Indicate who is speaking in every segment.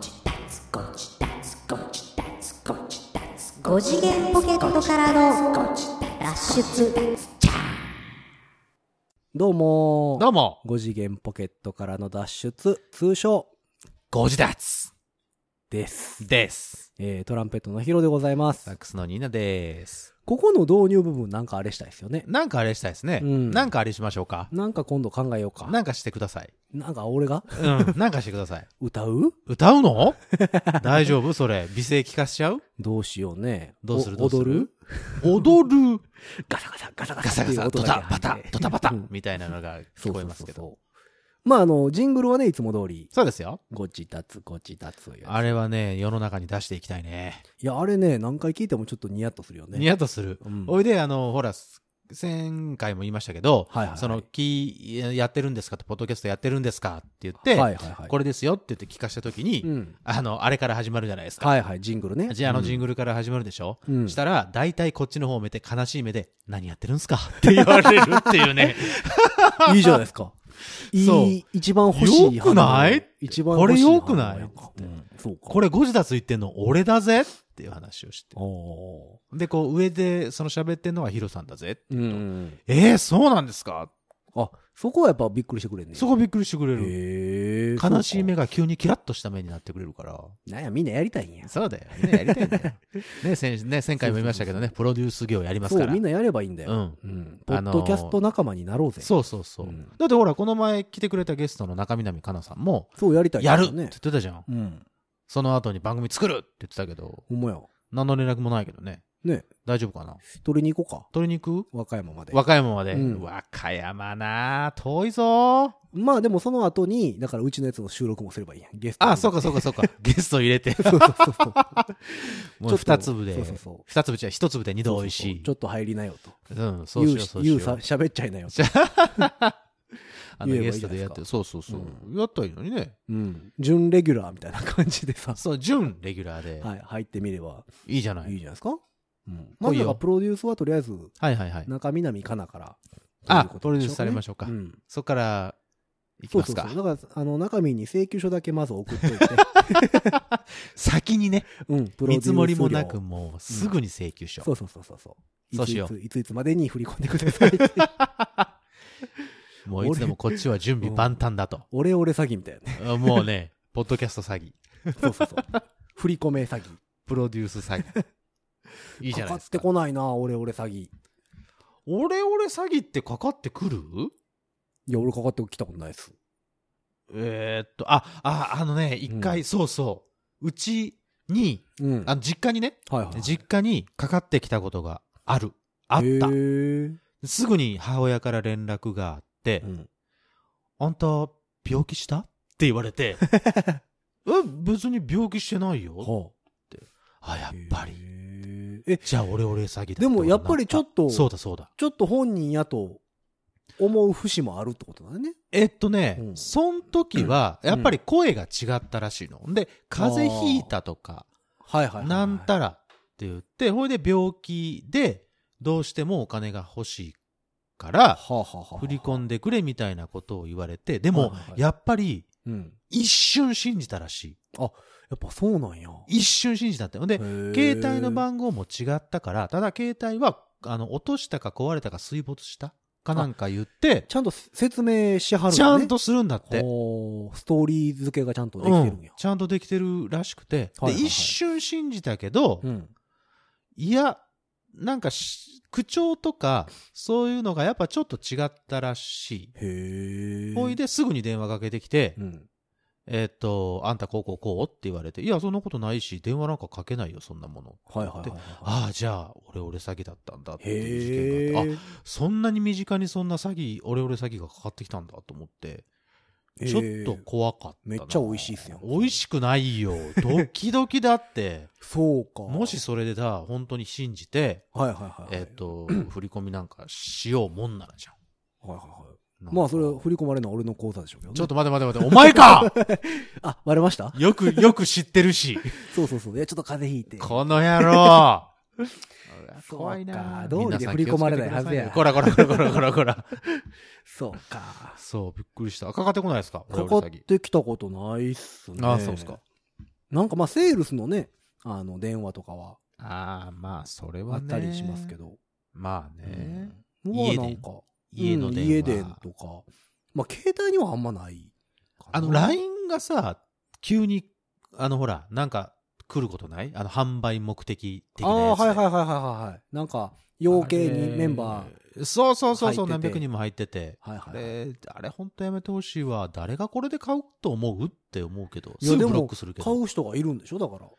Speaker 1: ツゴチタツゴチタツゴチタツ
Speaker 2: 5次元ポケットからの
Speaker 1: ゴチタ
Speaker 2: 脱出
Speaker 1: どうも
Speaker 3: どうも、
Speaker 1: 5次元ポケットからの脱出通称
Speaker 3: ゴジダツ
Speaker 1: です、
Speaker 3: です。
Speaker 1: えー、トランペットのヒロでございま
Speaker 3: サ
Speaker 1: す
Speaker 3: ックスのニーナです。
Speaker 1: ここの導入部分なんかあれしたいですよね
Speaker 3: なんかあれしたいですね。
Speaker 1: うん
Speaker 3: なんかあれしましょうか。
Speaker 1: なんか今度考えようかな
Speaker 3: なんかしてください。
Speaker 1: んか俺が
Speaker 3: うん、 なんかしてください。
Speaker 1: 歌う
Speaker 3: 歌うの大丈夫それ。美声聞かしちゃう
Speaker 1: どうしようね
Speaker 3: どうする
Speaker 1: お
Speaker 3: どうする
Speaker 1: 踊る
Speaker 3: 踊る
Speaker 1: ガサガサガサガ
Speaker 3: ガ
Speaker 1: サ
Speaker 3: サ
Speaker 1: って
Speaker 3: ガ
Speaker 1: いう音
Speaker 3: サ、ド
Speaker 1: だけ
Speaker 3: タバタ
Speaker 1: 入って、
Speaker 3: ドタバタ
Speaker 1: うん、
Speaker 3: みたいなのが
Speaker 1: そ
Speaker 3: 聞
Speaker 1: うそう
Speaker 3: こえ
Speaker 1: そう
Speaker 3: ますけ
Speaker 1: そ
Speaker 3: ど。
Speaker 1: うまああのジングルはねいつも通り
Speaker 3: そうですよ。
Speaker 1: ゴチタツゴチタツをやる
Speaker 3: あれはね、世の中に出していきたいね。
Speaker 1: いやあれね何回聞いてもちょっとニヤッとするよね
Speaker 3: ニヤッとする。
Speaker 1: うん
Speaker 3: おいで、あの、ほら、前回も言いましたけど、
Speaker 1: はいはいはい
Speaker 3: その、き、やってるんですかって、ポッドキャストやってるんですかって言って、
Speaker 1: はいはいはい
Speaker 3: これですよって言って聞かしたときに、
Speaker 1: うん
Speaker 3: あの、あれから始まるじゃないですか。
Speaker 1: はいはいジングルね
Speaker 3: じゃあ、あのジ
Speaker 1: ン
Speaker 3: ングルから始まるでしょ、
Speaker 1: うん
Speaker 3: したら、大体こっちの方を見て、悲しい目で、何やってるんすかって言われるってい うね。
Speaker 1: いいじゃないですかい
Speaker 3: そう
Speaker 1: い一番欲しい
Speaker 3: よくない
Speaker 1: 反応一番欲しい
Speaker 3: これよくない
Speaker 1: 反応やんかうんそうか
Speaker 3: これゴジダついてんの俺だぜっていう話をして。
Speaker 1: お
Speaker 3: で、こう、上で、その喋ってんのはヒロさんだぜ。
Speaker 1: ーうん
Speaker 3: えー、そうなんですか
Speaker 1: あそこはやっぱびっくりしてくれんね
Speaker 3: そこびっくりしてくれる。
Speaker 1: へえ
Speaker 3: 悲しい目が急にキラッとした目になってくれるから。
Speaker 1: なんやみんなやりたいんや
Speaker 3: そうだよ。みんなやりたいんだよ。 ね、先ね前回も言いましたけどね、プロデュース業やります
Speaker 1: そ
Speaker 3: か
Speaker 1: う
Speaker 3: ら。
Speaker 1: みんなやればいいんだ
Speaker 3: う
Speaker 1: よ
Speaker 3: ん。
Speaker 1: うんポ
Speaker 3: あ
Speaker 1: ッ
Speaker 3: のー
Speaker 1: ドキャスト仲間になろうぜ
Speaker 3: そうそうそう。
Speaker 1: うん
Speaker 3: だってほら、この前来てくれたゲストの中南かなさんも、
Speaker 1: そうやりたい
Speaker 3: やるって言
Speaker 1: ね
Speaker 3: ってたじゃん。
Speaker 1: うん
Speaker 3: その後に番組作るって言ってたけど、
Speaker 1: ほんまや
Speaker 3: 何の連絡もないけどね。
Speaker 1: ね
Speaker 3: 大丈夫かな
Speaker 1: 取りに行こうか
Speaker 3: 鶏肉
Speaker 1: 和歌山まで
Speaker 3: 和歌山まで。
Speaker 1: うん
Speaker 3: 和歌山なあ遠いぞー
Speaker 1: まあでもその後にだからうちのやつの収録もすればいいやんゲスト
Speaker 3: あ、そう
Speaker 1: か
Speaker 3: かそうかそうか。 ゲスト入れて。
Speaker 1: そうそうそう そうち
Speaker 3: も
Speaker 1: ょ
Speaker 3: う
Speaker 1: っと
Speaker 3: 二粒で
Speaker 1: そうそうそう。
Speaker 3: 二粒じゃ一粒で二度美味しい
Speaker 1: ち。ょっと入りなよと。
Speaker 3: うん、そ
Speaker 1: 言
Speaker 3: うし
Speaker 1: う
Speaker 3: よう
Speaker 1: し
Speaker 3: そうし
Speaker 1: 言
Speaker 3: よ
Speaker 1: うさ
Speaker 3: う。
Speaker 1: 喋っちゃいなよと。
Speaker 3: あの
Speaker 1: 言えばいい
Speaker 3: ゲ
Speaker 1: じ
Speaker 3: ス
Speaker 1: ゃな
Speaker 3: ト
Speaker 1: いで
Speaker 3: でや
Speaker 1: す
Speaker 3: っ
Speaker 1: か
Speaker 3: て。そうそうそう。やったらいいのにね。
Speaker 1: うん。準レギュラーみたいな感じでさ、
Speaker 3: そう、準レギュラーで。
Speaker 1: はい、入ってみれば
Speaker 3: いいじゃない
Speaker 1: いいじ
Speaker 3: い。
Speaker 1: ゃないですか。うん。ま
Speaker 3: 来い
Speaker 1: ず
Speaker 3: よ
Speaker 1: はプロデュースはとりあえず、
Speaker 3: はいはいはい。
Speaker 1: 中南かなから。ということでょう
Speaker 3: あ
Speaker 1: かね
Speaker 3: プロデュースされましょうか
Speaker 1: ん。
Speaker 3: そっから、いき
Speaker 1: そう
Speaker 3: ま
Speaker 1: そ
Speaker 3: す
Speaker 1: う
Speaker 3: か。
Speaker 1: そう。だから、あの、中身に請求書だけまず送っとい て、
Speaker 3: 先にね、
Speaker 1: うん、プロデュ
Speaker 3: 見
Speaker 1: ース
Speaker 3: 積
Speaker 1: 料
Speaker 3: もりもなく、もうすぐに請求書。
Speaker 1: そうそうそうそうそう。
Speaker 3: そうしよう
Speaker 1: いついついついつまでに振り込んでくだ さいって。
Speaker 3: もういつでもこっちは準備万端だと。
Speaker 1: オレオレ詐欺みたいなね。
Speaker 3: あもうね、ポッドキャスト詐欺。
Speaker 1: そうそうそう。振り込め詐欺。
Speaker 3: プロデュース詐 欺。いいじゃないです
Speaker 1: かか
Speaker 3: か。
Speaker 1: ってこないな、オレオレ詐欺。
Speaker 3: オレオレ詐欺ってかかってくる
Speaker 1: いや、俺かかってきたことないです。
Speaker 3: えーっと、あ、あ、あのね、一回、
Speaker 1: うん
Speaker 3: そうそう。うちに、
Speaker 1: うん。
Speaker 3: あの、実家にね、
Speaker 1: はいはい。
Speaker 3: 実家にかかってきたことがある。あっ
Speaker 1: へ
Speaker 3: た。
Speaker 1: ー
Speaker 3: すぐに母親から連絡があって、
Speaker 1: うん
Speaker 3: あんた、病気したって言わ れて、え、別に病気してないよ。
Speaker 1: は
Speaker 3: あ、
Speaker 1: あ
Speaker 3: やっぱり。
Speaker 1: り。え、
Speaker 3: じゃあ、オレオレ詐欺だ
Speaker 1: でもやっぱりちょっと
Speaker 3: そうだそうだ。
Speaker 1: ちょっと本人やと思う節もあるってことだね。
Speaker 3: えっとね、
Speaker 1: うん
Speaker 3: そん時は、やっぱり声が違ったらしいの。で、風邪ひいたとか、
Speaker 1: はいはいはいはい。
Speaker 3: なんたらって言って、ほいで病気で、どうしてもお金が欲しいから、
Speaker 1: はあはあはあ。
Speaker 3: 振り込んでくれみたいなことを言われて、で
Speaker 1: はい
Speaker 3: も
Speaker 1: はいは、い
Speaker 3: やっぱり、
Speaker 1: うん。
Speaker 3: 一瞬信じたらし
Speaker 1: やっぱそうなんや。
Speaker 3: い。一瞬信じたって。ほんで、携帯の番号も違ったから、ただ携帯は、あの、落としたか壊れたか水没したかなんか言って、
Speaker 1: ちゃんと説明しはるん
Speaker 3: ち
Speaker 1: だ
Speaker 3: ゃ
Speaker 1: ね
Speaker 3: んとするんだって。
Speaker 1: ほうストーリー付けがちゃんとでき
Speaker 3: う
Speaker 1: てるん
Speaker 3: ん
Speaker 1: や、。
Speaker 3: ちゃんとできてるらしくて、
Speaker 1: はいはいはい
Speaker 3: で一瞬信じたけど、
Speaker 1: うん。
Speaker 3: いやなんかし口調とかそういうのがやっぱちょっと違ったらし
Speaker 1: へえ。
Speaker 3: いほい。ですぐに電話かけてきて
Speaker 1: うん。
Speaker 3: 「えーっとあんたこうこうこう?」って言われて「いやそんなことないし電話なんかかけないよそんなもの」
Speaker 1: はいはいはいはい。
Speaker 3: ああじゃあ俺俺詐欺だったんだって
Speaker 1: へ
Speaker 3: いう事件
Speaker 1: え。
Speaker 3: があってあそんなに身近にそんな詐欺俺俺詐欺がかかってきたんだと思ってちょっと
Speaker 1: へえ
Speaker 3: 怖かったな
Speaker 1: めっちゃ美味しいっすよ
Speaker 3: 美味しくないよドキドキだって
Speaker 1: そうか。
Speaker 3: もし、それでさ本当に信じて
Speaker 1: はいはいはい。
Speaker 3: えっ、と、振り込みなんかしようもんならじゃ
Speaker 1: はいはいはい。
Speaker 3: ん。なんか
Speaker 1: まあそれ振り込まれるのは俺の口座でしょうけどね
Speaker 3: ちょっと待て待て待て、お前か
Speaker 1: あ、割れました
Speaker 3: よく、よく知ってるし。
Speaker 1: そうそうそう。いや、ちょっと風邪ひいて。
Speaker 3: この 野郎
Speaker 1: そうか
Speaker 3: 怖いな
Speaker 1: 道理で振り込まれないはずや
Speaker 3: こらこらこらこらこらこら。
Speaker 1: そうか。
Speaker 3: そう、びっくりした。かかってこないですか
Speaker 1: かかってきたことないっすね。
Speaker 3: あそうっすか。
Speaker 1: なんかまあセールスのね、あの電話とかは
Speaker 3: ああ、まあ、それ
Speaker 1: あ
Speaker 3: は
Speaker 1: っ
Speaker 3: ね。
Speaker 1: たりしますけ
Speaker 3: ど。
Speaker 1: ど。
Speaker 3: まあね。
Speaker 1: うん、
Speaker 3: 家電
Speaker 1: はなんか、
Speaker 3: 家の電
Speaker 1: うん
Speaker 3: 話。
Speaker 1: 家電とか。まあ携帯にはあんまないかな。
Speaker 3: あの、LINE がさ、急に、あの、ほら、なんか、来ることないあの、販売目的的
Speaker 1: あ
Speaker 3: な
Speaker 1: あ
Speaker 3: や
Speaker 1: ー、
Speaker 3: つ。
Speaker 1: はいはいはいはいはいはい。なんか、養鶏にメンバー。
Speaker 3: ー。そうそうそうそ
Speaker 1: 入っ
Speaker 3: う、
Speaker 1: て
Speaker 3: 何
Speaker 1: て
Speaker 3: 百人も入ってて。
Speaker 1: はい
Speaker 3: あ
Speaker 1: はいはい。
Speaker 3: れ、あれ、ほんとやめてほしいわ。誰がこれで買うと思うって思うけ
Speaker 1: い
Speaker 3: ど。
Speaker 1: や
Speaker 3: すぐ
Speaker 1: でも
Speaker 3: ブロックするけ
Speaker 1: 買
Speaker 3: ど。
Speaker 1: う人がいるんでしょだから。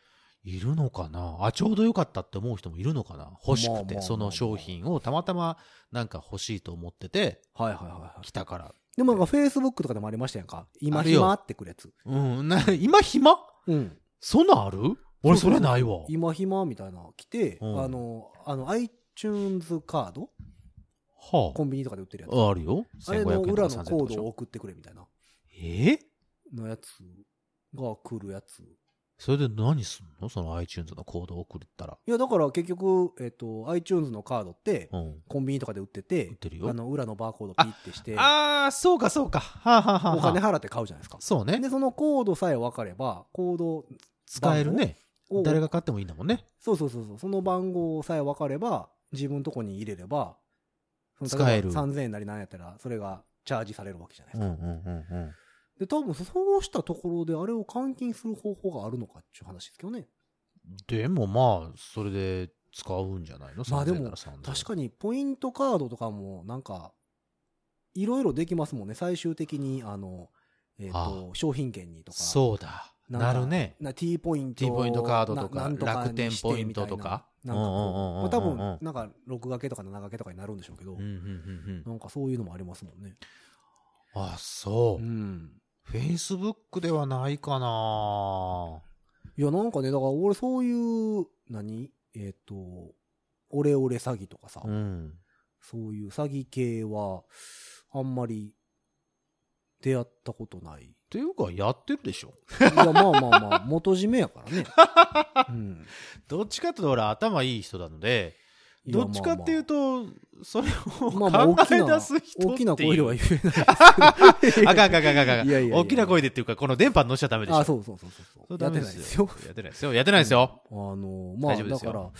Speaker 3: いるのかなあ、ちょうどよかったって思う人もいるのかな欲し
Speaker 1: まあ
Speaker 3: く
Speaker 1: まあま
Speaker 3: て、
Speaker 1: あ
Speaker 3: その商品をたまたまなんか欲しいと思ってて、
Speaker 1: はいはいはいはい。
Speaker 3: 来たから。
Speaker 1: でもなんか Facebook とかでもありましたやんか。今
Speaker 3: あるよ
Speaker 1: 暇ってくるやつ。
Speaker 3: うん、な、今暇
Speaker 1: うん。
Speaker 3: そんなんある俺それないわ。
Speaker 1: 今暇みたいなの来て、
Speaker 3: うん
Speaker 1: あの、あの iTunes カード
Speaker 3: は
Speaker 1: コンビニとかで売ってるやつ。
Speaker 3: あ。あるよ。
Speaker 1: あれ
Speaker 3: 1500
Speaker 1: の
Speaker 3: 円とか
Speaker 1: 裏の
Speaker 3: 3000円
Speaker 1: コ
Speaker 3: とか
Speaker 1: ー
Speaker 3: でし
Speaker 1: ドを
Speaker 3: ょ。
Speaker 1: 送ってくれみたいな。
Speaker 3: えー
Speaker 1: のやつが来るやつ。
Speaker 3: それで何すんのその iTunes のコードを送ったら。
Speaker 1: いや、だから結局、えっと、iTunes のカードって、
Speaker 3: うん。
Speaker 1: コンビニとかで売ってて、
Speaker 3: 売ってるよ
Speaker 1: あの、裏のバーコードピッてして、
Speaker 3: ああ、そうかそうか。はあ、はあはあ
Speaker 1: お
Speaker 3: はあ
Speaker 1: 金払って買うじゃないですか。
Speaker 3: そうね。
Speaker 1: で、そのコードさえ分かれば、コード
Speaker 3: 使えるね。
Speaker 1: を、
Speaker 3: 誰が買ってもいいんだもんね。
Speaker 1: そうそうそうそう、その番号さえ分かれば、自分のとこに入れれば、その
Speaker 3: 使える
Speaker 1: 例ば3000円なりなんやったら、それがチャージされるわけじゃないで
Speaker 3: う
Speaker 1: す
Speaker 3: んう
Speaker 1: か。
Speaker 3: んうんうん。
Speaker 1: で、多分そうしたところで、あれを換金する方法があるのかっていう話ですけどね。
Speaker 3: でもまあ、それで使うんじゃないの
Speaker 1: まあでも確
Speaker 3: 確
Speaker 1: かにポイントカードとかもなんかいろいろできますもんね最終的にあの、えっと商品券にとか
Speaker 3: そうだ。
Speaker 1: なん
Speaker 3: な
Speaker 1: か
Speaker 3: るね。
Speaker 1: な T ポイント
Speaker 3: T ポイントカードとか
Speaker 1: ななんに
Speaker 3: 楽天ポイントとか
Speaker 1: してみたいななんか
Speaker 3: うんうんうんうんうん
Speaker 1: こうまあ多分なんか6掛けとか7掛けとかになるんでしょうけど、
Speaker 3: うんうんうんう。
Speaker 1: なんんかそういうのもありますもんね
Speaker 3: あ、そうう。
Speaker 1: ん
Speaker 3: Facebook ではないかない
Speaker 1: やなんかねだから俺そういう何えっ、とオレオレ詐欺とかさ、
Speaker 3: うん。
Speaker 1: そういう詐欺系はあんまり出会ったことない
Speaker 3: っていうか、やってる でしょ。
Speaker 1: いや、まあまあまあ、 元締めやからね。うん
Speaker 3: どっちかっていうと俺頭いい人なので、
Speaker 1: いや
Speaker 3: どっちかっていうと、それを
Speaker 1: まあまあ
Speaker 3: 考え出す人
Speaker 1: 大きな
Speaker 3: ってい
Speaker 1: 声で
Speaker 3: う
Speaker 1: は言えない。
Speaker 3: あかんあかんあかんあかんあ
Speaker 1: いやいやいや
Speaker 3: かん。大きな声でっていうか、この電波に乗っちゃダメでしょ。
Speaker 1: あ、そうそうそうそうそう。
Speaker 3: れダ
Speaker 1: やって
Speaker 3: メ
Speaker 1: ないですよ。。
Speaker 3: やってないですよ。やってないですよ。
Speaker 1: あの、まあ、
Speaker 3: 大丈夫で
Speaker 1: だ
Speaker 3: す
Speaker 1: か
Speaker 3: よ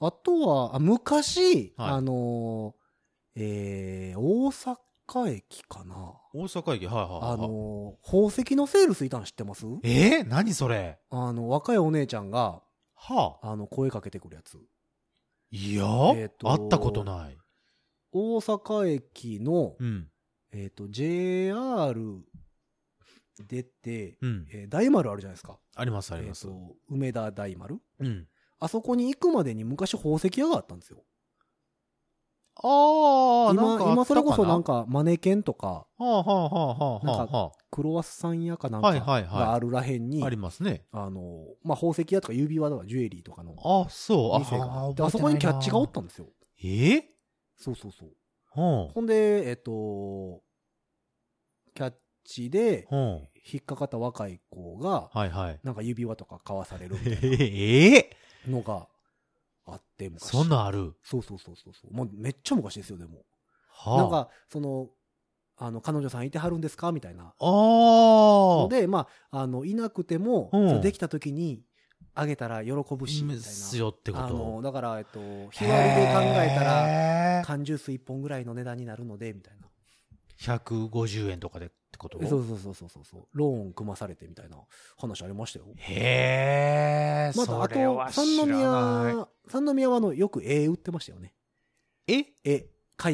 Speaker 1: ら、あとは、あ昔、
Speaker 3: はい
Speaker 1: あの、えー、大阪駅かな。
Speaker 3: 大阪駅、はいはいはい。
Speaker 1: あの、宝石のセールスいたん知ってます
Speaker 3: えー、何それ
Speaker 1: あの、若いお姉ちゃんが、
Speaker 3: はあ。
Speaker 1: あの、声かけてくるやつ。
Speaker 3: いや、
Speaker 1: えーと
Speaker 3: 会ったことない。
Speaker 1: 大阪駅の、
Speaker 3: うん。
Speaker 1: えっと、JR 出て、
Speaker 3: うん。
Speaker 1: えー大丸あるじゃないですか。
Speaker 3: ありますあ
Speaker 1: え
Speaker 3: り
Speaker 1: っ
Speaker 3: ます。
Speaker 1: と梅田大丸
Speaker 3: うん。
Speaker 1: あそこに行くまでに昔宝石屋があったんですよ
Speaker 3: ああ、なん
Speaker 1: 今
Speaker 3: かあったかな
Speaker 1: 今それこそなん
Speaker 3: か。
Speaker 1: かマネケンとか
Speaker 3: はあはあはあはあ
Speaker 1: なんか
Speaker 3: は
Speaker 1: クロワッサン屋かなん
Speaker 3: は
Speaker 1: か
Speaker 3: いはいはい
Speaker 1: があるらへんに、
Speaker 3: あ。ありますね。
Speaker 1: あのまあ、宝石屋とか指輪とかジュエリーとかの
Speaker 3: あそう。
Speaker 1: 店があ
Speaker 3: あ
Speaker 1: ってあそこにキャッチがおっ。たんですよ
Speaker 3: 覚えて
Speaker 1: そうそうそう
Speaker 3: ないなえ
Speaker 1: ほんでえっとキャッチで
Speaker 3: うん。うん。
Speaker 1: 引っかかった若い子が
Speaker 3: はいはい。
Speaker 1: なんか指輪とか買わされるみたい
Speaker 3: ええ
Speaker 1: なのがあって昔
Speaker 3: そんなんある。
Speaker 1: そうそうそうそうそうもうめっちゃ昔ですよでも
Speaker 3: はあ。
Speaker 1: なんか、その、あの、彼女さんいてはるんですかみたいな。
Speaker 3: あ
Speaker 1: の
Speaker 3: あ。
Speaker 1: で、まあ、あの、いなくても、
Speaker 3: うん
Speaker 1: そのできた時に、あげたら喜ぶし、みたい
Speaker 3: です
Speaker 1: な。
Speaker 3: よってこと。
Speaker 1: あの、だから、えっと、日
Speaker 3: へ
Speaker 1: 割り
Speaker 3: ー
Speaker 1: で考えたら、缶ジュース1本ぐらいの値段になるので、みたいな。
Speaker 3: 150円とかでってこと
Speaker 1: そうそうそうそうそうそう。ローン組まされてみたいな話ありましたよ。
Speaker 3: へえ、
Speaker 1: また、あ
Speaker 3: それは
Speaker 1: と、三
Speaker 3: 知らない
Speaker 1: 宮、三宮はあの、よく絵売ってましたよね。
Speaker 3: え
Speaker 1: 絵、絵画。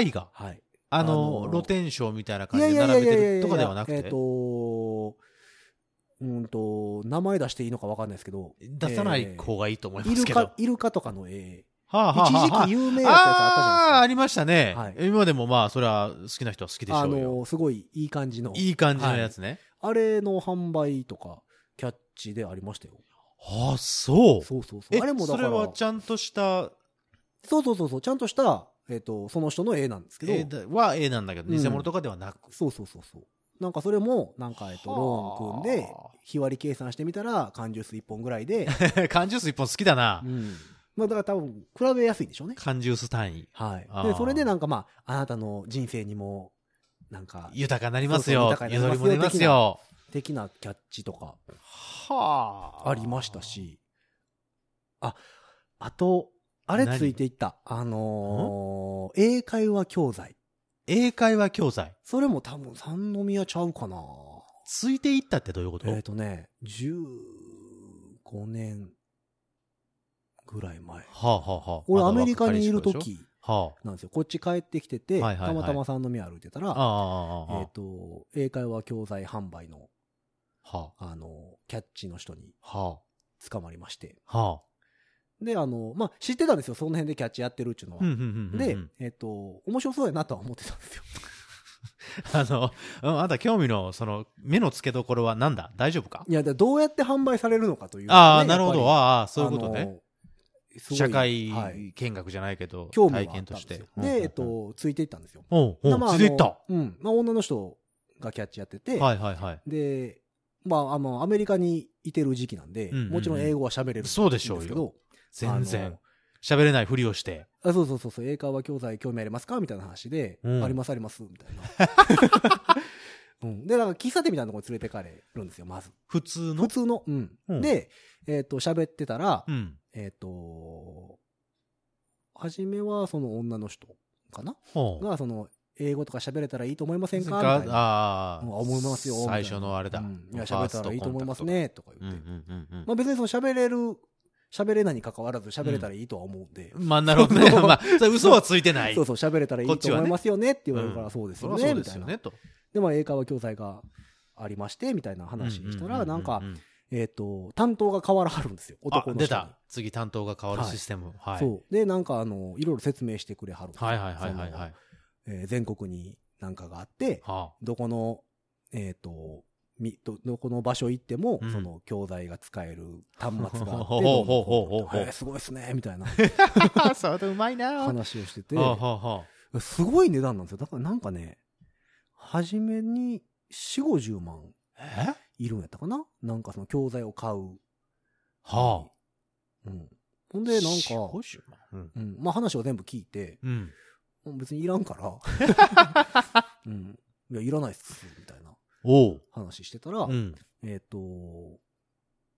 Speaker 3: 絵画
Speaker 1: はい。
Speaker 3: あの、
Speaker 1: あの
Speaker 3: 露天商みたいな感じで並べてるとかではなく
Speaker 1: え
Speaker 3: て
Speaker 1: っ、と、うんと、名前出していいのか分かんないですけど、
Speaker 3: 出さない方がいいと思いま
Speaker 1: イ
Speaker 3: す
Speaker 1: ル
Speaker 3: けど。
Speaker 1: カ、イルカとかの絵、
Speaker 3: はあは
Speaker 1: 一
Speaker 3: あはあ
Speaker 1: 時
Speaker 3: はあ
Speaker 1: 期有名やったやつ
Speaker 3: ああー、
Speaker 1: あ
Speaker 3: あ
Speaker 1: った
Speaker 3: りましたね。
Speaker 1: はい
Speaker 3: 今でもまあ、それは好きな人は好き
Speaker 1: じ
Speaker 3: で
Speaker 1: ゃ
Speaker 3: しょ
Speaker 1: ない
Speaker 3: う
Speaker 1: ですか。あ
Speaker 3: よ。
Speaker 1: の、すごいいい感じの、
Speaker 3: いい感じのやつね。
Speaker 1: あれの販売とか、キャッチでありましたよ。
Speaker 3: ああ、そう。
Speaker 1: そうそうそう。
Speaker 3: え
Speaker 1: あれもだ
Speaker 3: そ
Speaker 1: か
Speaker 3: れ
Speaker 1: ら、
Speaker 3: はちゃんとした
Speaker 1: そうそうそうそう、ちゃんとした、えっ、と、その人の絵なんですけど、
Speaker 3: 絵だは絵なんだけど、
Speaker 1: うん
Speaker 3: 偽物とかではなく。
Speaker 1: そうそうそうそう。なんかそれも、なんか、えっと、ローン組んで、日割り計算してみたら、缶ジュース1本ぐらい で、
Speaker 3: 缶ジュース一本好きだな
Speaker 1: う。ん。まあだから多分、比べやすいんでしょうね。
Speaker 3: 缶ジュース単位。
Speaker 1: は
Speaker 3: あ
Speaker 1: い。
Speaker 3: ー
Speaker 1: で、それでなんかまあ、あなたの人生にも、なんか、
Speaker 3: 豊かになりますよ。
Speaker 1: そうそう豊かにな
Speaker 3: 彩り
Speaker 1: りますよ
Speaker 3: も出ますよ。
Speaker 1: 的なキャッチとか、
Speaker 3: は
Speaker 1: ありました。し、あ、あと、あれ
Speaker 3: 何
Speaker 1: ついていった。あのー英会話教材。
Speaker 3: 英会話教材。
Speaker 1: それも多分三宮ちゃうかな。
Speaker 3: ついていったってどういうこと、
Speaker 1: えっ、とね、15年ぐらい前。
Speaker 3: はあ、はあはあ、
Speaker 1: 俺
Speaker 3: ま
Speaker 1: ア
Speaker 3: だ
Speaker 1: メリカにいる
Speaker 3: 若かりし頃でし
Speaker 1: 時
Speaker 3: ょ。は
Speaker 1: なんですよ。こっち帰ってきてて、
Speaker 3: はいはいはい
Speaker 1: たまたま三宮歩いてた
Speaker 3: あ。
Speaker 1: ら、
Speaker 3: ああ、ああ、
Speaker 1: えっ、と、英会話教材販売の、
Speaker 3: は
Speaker 1: あの、キャッチの人に
Speaker 3: あ、は
Speaker 1: 捕まりまして。
Speaker 3: あ、はあ。
Speaker 1: で、あの、まあ、知ってたんですよ。その辺でキャッチやってるっていうのは。
Speaker 3: うんうんうんうん。
Speaker 1: で、えっ、と、面白そうやなとは思ってたんですよ。
Speaker 3: あの、うんあなた興味の、その、目の付けどころはなんだ大丈夫か
Speaker 1: いや、だからどうやって販売されるのかという、
Speaker 3: ああ、なるほど。
Speaker 1: やっぱ
Speaker 3: ああ、
Speaker 1: り
Speaker 3: そういうことね。。
Speaker 1: あのすごい
Speaker 3: 社
Speaker 1: はい
Speaker 3: 会見学じゃないけど、
Speaker 1: 興味はあっ
Speaker 3: 体
Speaker 1: た
Speaker 3: 験
Speaker 1: ん
Speaker 3: と
Speaker 1: で
Speaker 3: し
Speaker 1: すよ
Speaker 3: て。
Speaker 1: で、えっ、と、ついていったんですよ。
Speaker 3: おうお
Speaker 1: でまあ
Speaker 3: う、ついていっ
Speaker 1: あ
Speaker 3: た。
Speaker 1: のうん。まあ、女の人がキャッチやってて、
Speaker 3: はいはいはい。
Speaker 1: で、まあ、あの、アメリカにいてる時期なんで、
Speaker 3: うんうんうん
Speaker 1: もちろん英語は喋れるんですけど。
Speaker 3: そうでしょうよ。全
Speaker 1: あ
Speaker 3: 然
Speaker 1: の。
Speaker 3: 喋れないふりをして。
Speaker 1: あそうそうそうそう、英会話教材興味ありますかみたいな話で、
Speaker 3: うん
Speaker 1: ありますあります、みたい な。うん、で、なんか喫茶店みたいなところに連れてかれるんですよ、まず。
Speaker 3: 普通の
Speaker 1: 普。通の。うん。
Speaker 3: うん
Speaker 1: で、えっ、と、喋ってたら、
Speaker 3: うん。
Speaker 1: えっ、と、初めはその女の人かな
Speaker 3: ほう。
Speaker 1: が、その、英語とか喋れたらいいと思いませんかみたいな。
Speaker 3: ああ
Speaker 1: うん、思いますよ。みたい
Speaker 3: 最
Speaker 1: な
Speaker 3: 初のあれだ。
Speaker 1: うんいや、喋れたらいいと思いますね、とか
Speaker 3: う
Speaker 1: 言
Speaker 3: んう
Speaker 1: っ
Speaker 3: ん
Speaker 1: て。
Speaker 3: うんうん。
Speaker 1: まあ別にその喋れる、喋れないに関わらず喋れたらいいとは思うんで。
Speaker 3: まあ、なるほどね。
Speaker 1: そう
Speaker 3: まあ、それ嘘はついてない。
Speaker 1: そうそう、喋れたらいいと思いますよねって言われるか
Speaker 3: うん
Speaker 1: ら、そうです
Speaker 3: そり
Speaker 1: よね、
Speaker 3: ゃそうで
Speaker 1: み
Speaker 3: す
Speaker 1: たい
Speaker 3: よ
Speaker 1: な。
Speaker 3: ね、と。
Speaker 1: で、まあ、英会話教材がありまして、みたいな話した
Speaker 3: う
Speaker 1: ら、
Speaker 3: うう
Speaker 1: なんか
Speaker 3: う、う
Speaker 1: えっと、担当が変わらはるんですよ、男の人に。
Speaker 3: あ出た次担当が変わるシステムはい
Speaker 1: そう。で、なんか、あの、いろいろ説明してくれはる。
Speaker 3: はいはいはいはい
Speaker 1: そ
Speaker 3: は
Speaker 1: の
Speaker 3: い。
Speaker 1: えー全国になんかがあって、
Speaker 3: は
Speaker 1: どこの、えっ、と、みどどこの場所行っても、
Speaker 3: うん
Speaker 1: その教材が使える端末があって、
Speaker 3: ほうほうほうほうほう
Speaker 1: どんどんこうへーすごいっすね、みたいな
Speaker 3: あ、それうまいな
Speaker 1: 話をしてて、
Speaker 3: はあはあは
Speaker 1: すごい値段なんですよ。だからなんかね、初めに4、50万
Speaker 3: あ。え
Speaker 1: いるんやったかななんかその教材を買う。
Speaker 3: はあ。
Speaker 1: うん。ほんで、なんか、
Speaker 3: 四五十万うん
Speaker 1: うん、まあ話を全部聞いて、
Speaker 3: うん。
Speaker 1: 別にいらんから、うん、いや、いらないっす、みたいな
Speaker 3: おう。
Speaker 1: 話してたら、
Speaker 3: うん。
Speaker 1: えっ、と、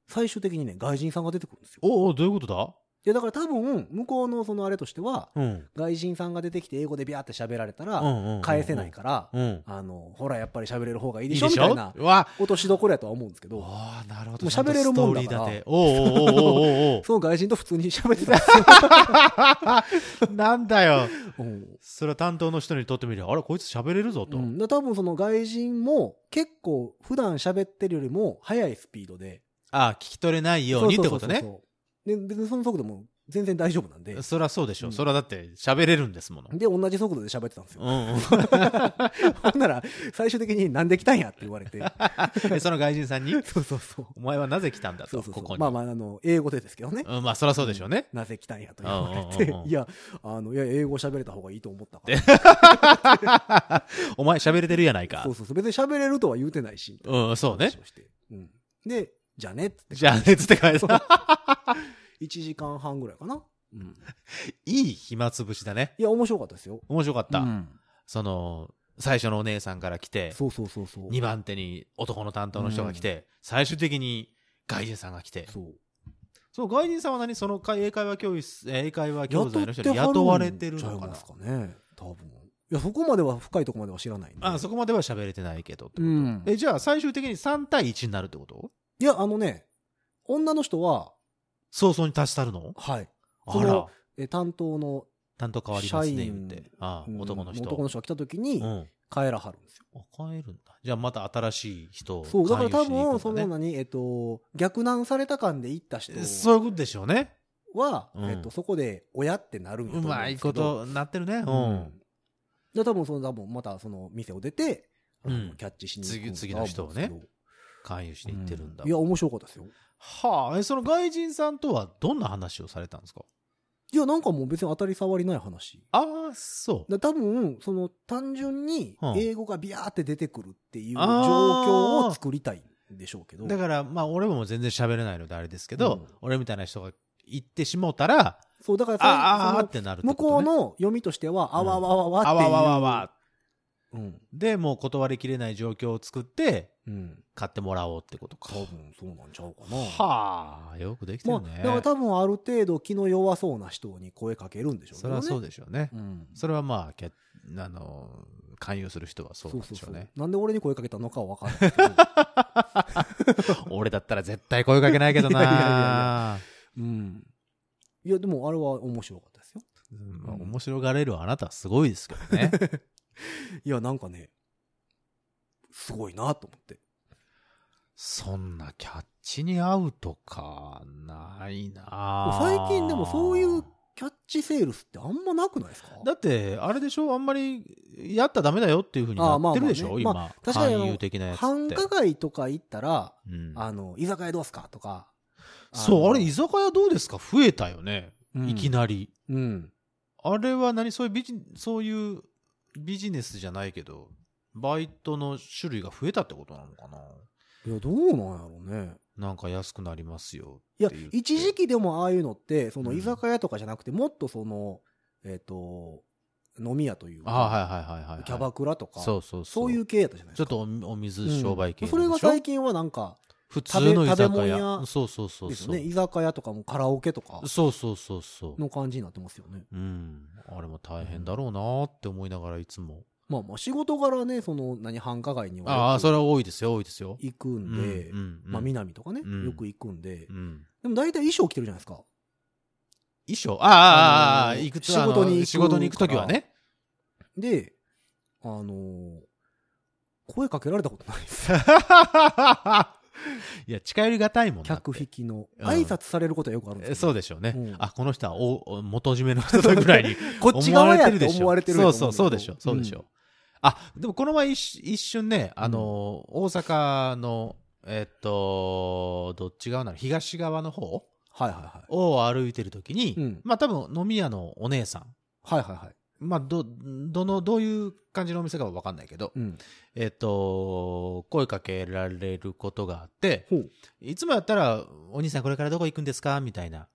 Speaker 1: 最終的にね、外人さんが出てくるんですよ。
Speaker 3: おうおう、どういうことだ
Speaker 1: いや、だから多分、向こうのそのあれとしては、
Speaker 3: うんうん
Speaker 1: 外人さんが出てきて英語でビャーって喋られた
Speaker 3: う
Speaker 1: ら、
Speaker 3: んうん。
Speaker 1: 返せないから、
Speaker 3: うん。
Speaker 1: あの、ほら、やっぱり喋れる方がいい
Speaker 3: い
Speaker 1: で
Speaker 3: い
Speaker 1: しょみ
Speaker 3: でした
Speaker 1: い
Speaker 3: ょ
Speaker 1: な
Speaker 3: わ
Speaker 1: 落としどころやとは思うんですけど、
Speaker 3: ああ、なるほど。
Speaker 1: もう喋れるもんだから
Speaker 3: ちゃとストーリー立ておうおうおうおうおう
Speaker 1: その外人と普通に喋ってたんです
Speaker 3: おう。なんだよ。
Speaker 1: よ。うん
Speaker 3: それは担当の人にとってみれば、あれ、こいつ喋れるぞと
Speaker 1: う。ん、で多分その外人も結構普段喋ってるよりも速いスピードで
Speaker 3: ああ、聞き取れないようにってこと
Speaker 1: そうそ
Speaker 3: ね。
Speaker 1: うそうそうで別にその速度も全然大丈夫なんで
Speaker 3: そりゃそうでしょ。
Speaker 1: うん
Speaker 3: そりゃだって喋れるんですもの。
Speaker 1: で同じ速度で喋ってたんですよ
Speaker 3: うん うん。
Speaker 1: ほんなら最終的に「なんで来たんや?」って言われて
Speaker 3: えその外人さんに、
Speaker 1: そうそうそう
Speaker 3: お前はなぜ来たんだ
Speaker 1: そ
Speaker 3: と、
Speaker 1: うそうそう
Speaker 3: ここに。
Speaker 1: まあまああの英語でですけどね、
Speaker 3: うん、まあ、そりゃそうでしょうね。
Speaker 1: なぜ来たんやと言わ
Speaker 3: うん
Speaker 1: れ
Speaker 3: うんうんう
Speaker 1: て
Speaker 3: ん
Speaker 1: いやあのいや英語喋れた方がいいと思ったから
Speaker 3: お前喋れてるやない
Speaker 1: そ
Speaker 3: か
Speaker 1: う。そうそう別に喋れるとは言うてないし
Speaker 3: うん、そうね
Speaker 1: 話。をしてうん、でじゃあねっつって
Speaker 3: じ ゃあね、つって返す。
Speaker 1: 1時間半ぐらいかな、うん、
Speaker 3: いい暇つぶしだね。
Speaker 1: いや面白かったですよ
Speaker 3: 面白かった。
Speaker 1: うん
Speaker 3: その、最初のお姉さんから来て、
Speaker 1: そうそうそうそう。
Speaker 3: 2番手に男の担当の人が来て、最終的に外人さんが来て。
Speaker 1: そう。
Speaker 3: その外人さんは何その会英会話教室、えー英会話教材の人
Speaker 1: は
Speaker 3: に
Speaker 1: るん
Speaker 3: 雇われてるの
Speaker 1: ちゃ
Speaker 3: か
Speaker 1: いま
Speaker 3: な
Speaker 1: すかね。多分。いや、そこまでは、深いとこまでは知らないんで。
Speaker 3: あそこまでは喋れてないけどってこと、
Speaker 1: うん
Speaker 3: え、じゃあ最終的に3対1になるってこと
Speaker 1: いや、あのね、女の人は、
Speaker 3: 早々に達したるの
Speaker 1: はい。
Speaker 3: あ
Speaker 1: そ
Speaker 3: ら
Speaker 1: の、え担当の、
Speaker 3: 担当変わります
Speaker 1: 社
Speaker 3: ね、言
Speaker 1: 員
Speaker 3: って。ああ
Speaker 1: うん
Speaker 3: 男の人。
Speaker 1: 男の人が来た時
Speaker 3: う
Speaker 1: に、
Speaker 3: ん。
Speaker 1: 帰らはるんですよ。
Speaker 3: あ変えるんだ。じゃあまた新しい人を勧
Speaker 1: そう、だから
Speaker 3: 誘
Speaker 1: 多
Speaker 3: しに行
Speaker 1: 分、
Speaker 3: く
Speaker 1: そ
Speaker 3: んだ
Speaker 1: の
Speaker 3: ね。
Speaker 1: 何、えっと、逆難された感で行った人
Speaker 3: そういうことでしょうね。
Speaker 1: は、
Speaker 3: うん
Speaker 1: えっと、そこで、親ってなるんやと
Speaker 3: う
Speaker 1: 思うん
Speaker 3: ま
Speaker 1: で
Speaker 3: い
Speaker 1: すけ
Speaker 3: こ
Speaker 1: ど。
Speaker 3: となってるね。う。
Speaker 1: うんん。で、多分、その、多分、また、その、店を出て、あ
Speaker 3: う
Speaker 1: の
Speaker 3: ん
Speaker 1: キャッチしに行くんだ
Speaker 3: 次次の人をね
Speaker 1: と思うんです
Speaker 3: 勧誘し
Speaker 1: け
Speaker 3: に
Speaker 1: ど
Speaker 3: 行ってるんだ。
Speaker 1: ういや、面白かったですよ。
Speaker 3: はあ、えその外人さんとはどんな話をされたんですか
Speaker 1: いや、なんかもう別に当たり障りない話。
Speaker 3: ああ、そう。
Speaker 1: だ多分、その単純に
Speaker 3: うん
Speaker 1: 英語がビャーって出てくるっていう状
Speaker 3: あー
Speaker 1: 況を作りたいんでしょうけど。
Speaker 3: だから、まあ俺も全然喋れないのであれですけど、
Speaker 1: うん
Speaker 3: 俺みたいな人が行ってしもうたら、
Speaker 1: そう、だから
Speaker 3: あああ
Speaker 1: そ
Speaker 3: あ
Speaker 1: の
Speaker 3: ってなるって
Speaker 1: 向
Speaker 3: こと、
Speaker 1: こう
Speaker 3: ね。
Speaker 1: の読みとしては、あわわわわ
Speaker 3: あ
Speaker 1: ってい
Speaker 3: わ
Speaker 1: う
Speaker 3: わわわ。
Speaker 1: うん。
Speaker 3: で、もう断りきれない状況を作って、
Speaker 1: うん。
Speaker 3: 買ってもらおうってことか
Speaker 1: 多。分そうなんちゃうかな。
Speaker 3: はあ、よくできて
Speaker 1: ま
Speaker 3: る
Speaker 1: あ、
Speaker 3: ね。
Speaker 1: だから多分ある程度気の弱そうな人に声かけるんでしょうね。
Speaker 3: それはそうでしょうね。
Speaker 1: うん。
Speaker 3: それはまあ、けあの、勧誘する人はそう
Speaker 1: そ
Speaker 3: な
Speaker 1: うんそ
Speaker 3: で
Speaker 1: う
Speaker 3: しょ
Speaker 1: そうう
Speaker 3: ね。。
Speaker 1: なんで俺に声かけたのかは分からないけど。
Speaker 3: 俺だったら絶対声か けないけど
Speaker 1: いやいやいやい
Speaker 3: な。
Speaker 1: うん。いや、でもあれは面白かったですよ。
Speaker 3: うんまあ面白がれるあなたはすごいですけど ね。
Speaker 1: いや、なんかね、すごいなと思って。
Speaker 3: そんなキャッチに合うとか、ないな
Speaker 1: 最近でもそういうキャッチセールスってあんまなくないですか
Speaker 3: だって、あれでしょあんまり、やったらダメだよっていうふうにな
Speaker 1: あーま
Speaker 3: っ
Speaker 1: あ
Speaker 3: て
Speaker 1: まあ
Speaker 3: る
Speaker 1: ね
Speaker 3: でしょ、
Speaker 1: ま
Speaker 3: 今。
Speaker 1: 確かにあの
Speaker 3: 勧誘的なやつって。
Speaker 1: 繁華街とか行ったら、
Speaker 3: うん
Speaker 1: あの、居酒屋どうすかとか。
Speaker 3: そう、あれ、居
Speaker 1: い
Speaker 3: 酒屋どうですか増えたよね。いき
Speaker 1: な
Speaker 3: なり。
Speaker 1: り。うん。
Speaker 3: あれは何そういうビジ、そういうビジネスじゃないけど、バイトの種類が増えたってことなのかない
Speaker 1: や、どうなんやろうね。
Speaker 3: なんか安くなりますよ。
Speaker 1: いや
Speaker 3: って言っ、て
Speaker 1: 一時期でもああいうのって、その
Speaker 3: うん
Speaker 1: 居酒屋とかじゃなくて、もっとその、えっと、飲み屋というか、
Speaker 3: ああ、はいはいはいはいはい。
Speaker 1: キャバクラとか、
Speaker 3: そうそう
Speaker 1: そういう系やったじゃない
Speaker 3: ちょ
Speaker 1: です
Speaker 3: っ
Speaker 1: か。
Speaker 3: とおお水商売系
Speaker 1: うんそれが
Speaker 3: でしょ
Speaker 1: 最近はなんか、
Speaker 3: 普通の居
Speaker 1: 食べ食べ
Speaker 3: 酒
Speaker 1: 物
Speaker 3: 屋
Speaker 1: 屋
Speaker 3: そうそうそう
Speaker 1: です
Speaker 3: そう、
Speaker 1: よね、居酒屋とかもカラオケとか
Speaker 3: そうそうそうそう
Speaker 1: の感じになってますよね。
Speaker 3: うんあれも大変だろうなって思いながらいつも、
Speaker 1: まあまあ仕事柄ね、その、何、繁華街に
Speaker 3: あ
Speaker 1: は
Speaker 3: あ
Speaker 1: よ
Speaker 3: そ
Speaker 1: く
Speaker 3: れは多いですよ多いですよ
Speaker 1: 行くんで、
Speaker 3: うんうん
Speaker 1: まあ南とかね、
Speaker 3: うん
Speaker 1: よく行くんで
Speaker 3: う、ん
Speaker 1: でも大体衣装着てるじゃないですか。
Speaker 3: 衣装ああああ
Speaker 1: あ
Speaker 3: ああ
Speaker 1: のー
Speaker 3: 行くと
Speaker 1: 仕事に行く
Speaker 3: あの仕事に行く時はね
Speaker 1: で、あのー声かけられたことないです。
Speaker 3: いや近寄りがたいもんだって
Speaker 1: 客引きの。
Speaker 3: うん
Speaker 1: 挨拶されることはよくあるんです
Speaker 3: え
Speaker 1: けど
Speaker 3: そうでしょうね、
Speaker 1: うん
Speaker 3: あこの人はおお元締めの人だぐらいに
Speaker 1: こっち側やって
Speaker 3: 思
Speaker 1: 思
Speaker 3: わ
Speaker 1: わ
Speaker 3: れ
Speaker 1: れ
Speaker 3: て
Speaker 1: て
Speaker 3: る
Speaker 1: る
Speaker 3: でし
Speaker 1: や
Speaker 3: ょそ
Speaker 1: と
Speaker 3: うそうそうでしょそうでしょ、あでもこの前一瞬一瞬ねあのー、大阪のえっとどっち側なの東側の方
Speaker 1: うんはいはいは
Speaker 3: を歩いてる時に、
Speaker 1: うん
Speaker 3: まあ多分飲み屋のお姉さん
Speaker 1: い。はいはいはい。
Speaker 3: まあどどのどういう感じのお店かは分かんないけど、
Speaker 1: うん。
Speaker 3: えっと声かけられることがあって
Speaker 1: ほう。
Speaker 3: いつもやったら「お兄さんこれからどこ行くんですか?」みたいな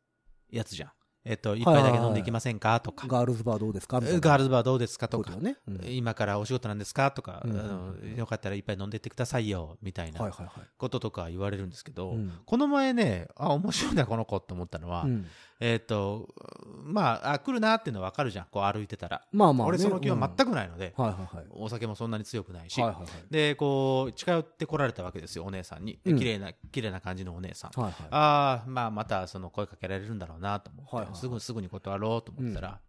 Speaker 3: やつじゃん。えっと、一杯だけ飲んでいきませんかとか。
Speaker 1: ガールズバーどうですかみたいな。
Speaker 3: ガー
Speaker 1: ル
Speaker 3: ルズバーどうですかとか、
Speaker 1: ね。うんはい
Speaker 3: 今からお仕事なんですかとか、
Speaker 1: うん
Speaker 3: あのよかったらいっぱい飲んでってくださいよみたい
Speaker 1: はいは
Speaker 3: な
Speaker 1: い。
Speaker 3: こととか言われるんですけど、
Speaker 1: うん
Speaker 3: この前ねあ面白いなこの子って思ったのは、
Speaker 1: うん
Speaker 3: えっ、とまああ来るなっていうのは分かるじゃんこう歩いてたら、
Speaker 1: まあまあね。
Speaker 3: 俺その気は全
Speaker 1: く。
Speaker 3: くないので、
Speaker 1: はいはいはい。
Speaker 3: お酒もそんなに強くないし、
Speaker 1: はいはいはい。
Speaker 3: でこう近寄ってこられたわけですよお姉さんにで
Speaker 1: うん
Speaker 3: 綺麗な綺麗な感じのお姉さん、
Speaker 1: はいはい。
Speaker 3: ああ、まあ、またその声かけられるんだろうなと思って、
Speaker 1: はいはい
Speaker 3: すぐすぐに断ろうと思ってたら、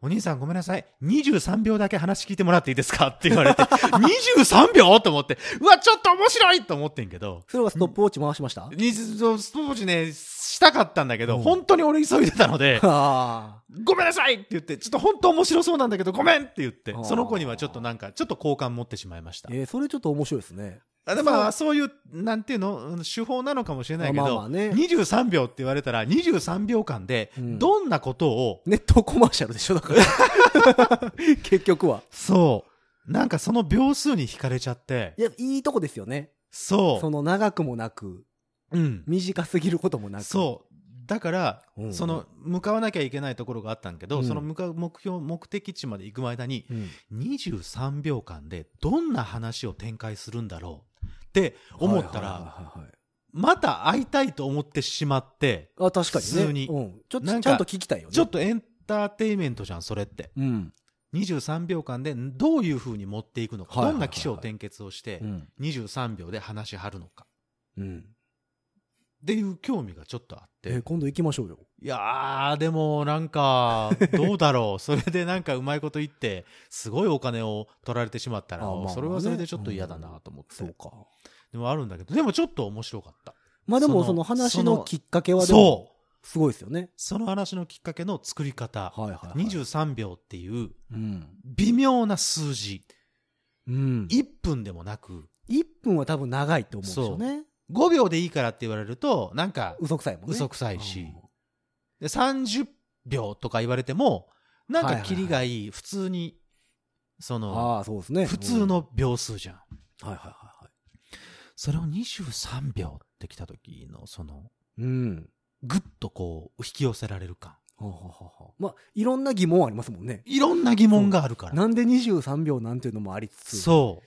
Speaker 3: お兄さんごめんなさい、23秒だけ話聞いてもらっていいですかって言われて、23秒と思って、うわ、ちょっと面白いと思ってんけど、
Speaker 1: それはストップウォッチ回しましたあ
Speaker 3: にそう当時ね、したかったんだけど、
Speaker 1: うん
Speaker 3: 本当に俺急いでた ので、
Speaker 1: あ。
Speaker 3: ごめんなさいって言って、ちょっと本当面白そうなんだけど、ごめんって言って
Speaker 1: あ、ー
Speaker 3: その子にはちょっとなんか、ちょっと好感持ってしまいました。
Speaker 1: えー、それちょっと面白いですね。
Speaker 3: あでまあ、そういう、なんていうの、うん手法なのかもしれないけど、
Speaker 1: まあまあね
Speaker 3: 23秒って言われたら、23秒間で、
Speaker 1: うん
Speaker 3: どんなことを、
Speaker 1: ネットコマーシャルでしょだから。 結局は。
Speaker 3: そう、なんかその秒数に惹かれちゃって
Speaker 1: い、や、いいとこですよね。
Speaker 3: そ
Speaker 1: その長くもなく、
Speaker 3: う、うん、
Speaker 1: 短すぎることもなく。
Speaker 3: そう、だから、
Speaker 1: うん
Speaker 3: その、向かわなきゃいけないところがあったんけど、
Speaker 1: うん
Speaker 3: その向かう目標、目的地まで行く間に、
Speaker 1: うん。
Speaker 3: 23秒間でどんな話を展開するんだろうって思っ
Speaker 1: は
Speaker 3: た
Speaker 1: い
Speaker 3: ら、
Speaker 1: はいはいはい
Speaker 3: また会いたいと思ってしまって、
Speaker 1: あ、確かにね。
Speaker 3: 普通に
Speaker 1: うん。ちょっ
Speaker 3: なん
Speaker 1: と、
Speaker 3: か
Speaker 1: ちゃんと聞きたいよね。
Speaker 3: ちょっとエンターテインメントじゃん、それって。
Speaker 1: うん。
Speaker 3: 23秒間でどういう風に持っていくのか、
Speaker 1: はいはいはい
Speaker 3: どんな起承転結をして
Speaker 1: う、ん。
Speaker 3: 23秒で話し張るのか。
Speaker 1: うん。
Speaker 3: っていう興味がちょっとあっ
Speaker 1: えー
Speaker 3: て。
Speaker 1: 今度行きましょうよ。
Speaker 3: いやー、でもなんか、どうだろう。そ れでなんかうまいこと言って、すごいお金を取られてしまったら
Speaker 1: あまあま、あ
Speaker 3: それはそれでちょっと嫌だなと思って。
Speaker 1: そうか。
Speaker 3: でもあるんだけど、でもちょっと面白かった。
Speaker 1: まあでも、
Speaker 3: そ
Speaker 1: そ
Speaker 3: の
Speaker 1: の話
Speaker 3: その
Speaker 1: のきっかけはでも、
Speaker 3: そう
Speaker 1: すごいですよね。
Speaker 3: その話のきっかけの作り方。
Speaker 1: はいはい、はい。。
Speaker 3: 23秒っていう
Speaker 1: うん。
Speaker 3: 微妙な数字。
Speaker 1: うん。
Speaker 3: 1分でもなく、
Speaker 1: 1分は多分長いと思うんですよね。
Speaker 3: 5秒でいいからって言われると、なんか、
Speaker 1: 嘘くさいもんね。
Speaker 3: 嘘くさいし、で30秒とか言われても、なんかキリがいい、普通に、そ
Speaker 1: うん
Speaker 3: の、
Speaker 1: ああ、そうですね。
Speaker 3: 普通の秒数じゃん。
Speaker 1: うん。はいはいはいは
Speaker 3: それを23秒ってきた時の、その、
Speaker 1: い。うん。
Speaker 3: ぐっとこう、引き寄せられる感。
Speaker 1: はあはあはあはあまあ、いろんな疑問ありますもんね。
Speaker 3: いろんな疑問があるから。
Speaker 1: なんで23秒なんていうのもありつつ、。
Speaker 3: そ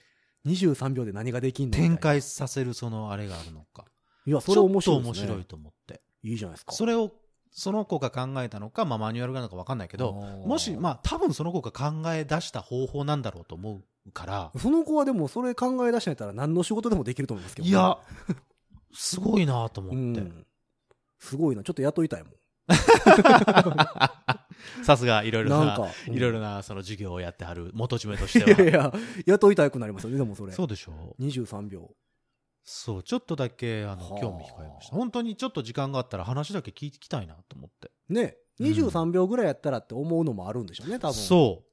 Speaker 3: う
Speaker 1: 23秒で何ができん
Speaker 3: う。
Speaker 1: のみたいな
Speaker 3: 展。開させるそのあれがあるのか。
Speaker 1: いや、それ面白い
Speaker 3: ち
Speaker 1: です
Speaker 3: ょっと面
Speaker 1: ね。
Speaker 3: 白いと思って。
Speaker 1: いいじゃないですか。
Speaker 3: それを、その子が考えたのか、まあマニュアルがなのか分かんないけど、
Speaker 1: あー
Speaker 3: もし、まあ多分その子が考え出した方法なんだろうと思うから、
Speaker 1: その子はでもそれ考え出したんやったら何の仕事でもできると思いますけどね、
Speaker 3: いや、すごいなと
Speaker 1: う
Speaker 3: 思って。
Speaker 1: ん、すごいな。ちょっと雇いたいもん。
Speaker 3: さすがいろいろ
Speaker 1: なん
Speaker 3: な、
Speaker 1: か。うん
Speaker 3: いろいろなその授業をやってはる元締めとして
Speaker 1: いやい
Speaker 3: は。
Speaker 1: や、雇いたくなりますよね、でもそれ。
Speaker 3: そうでしょ
Speaker 1: 23秒。
Speaker 3: そう、ちょっとだけあ
Speaker 1: は
Speaker 3: の
Speaker 1: あ
Speaker 3: 興味惹かれました。本当にちょっと時間があったら話だけ聞きたいなと思って。
Speaker 1: ね、
Speaker 3: うん
Speaker 1: 23秒ぐらいやったらって思うのもあるんでしょうね、多分。
Speaker 3: そ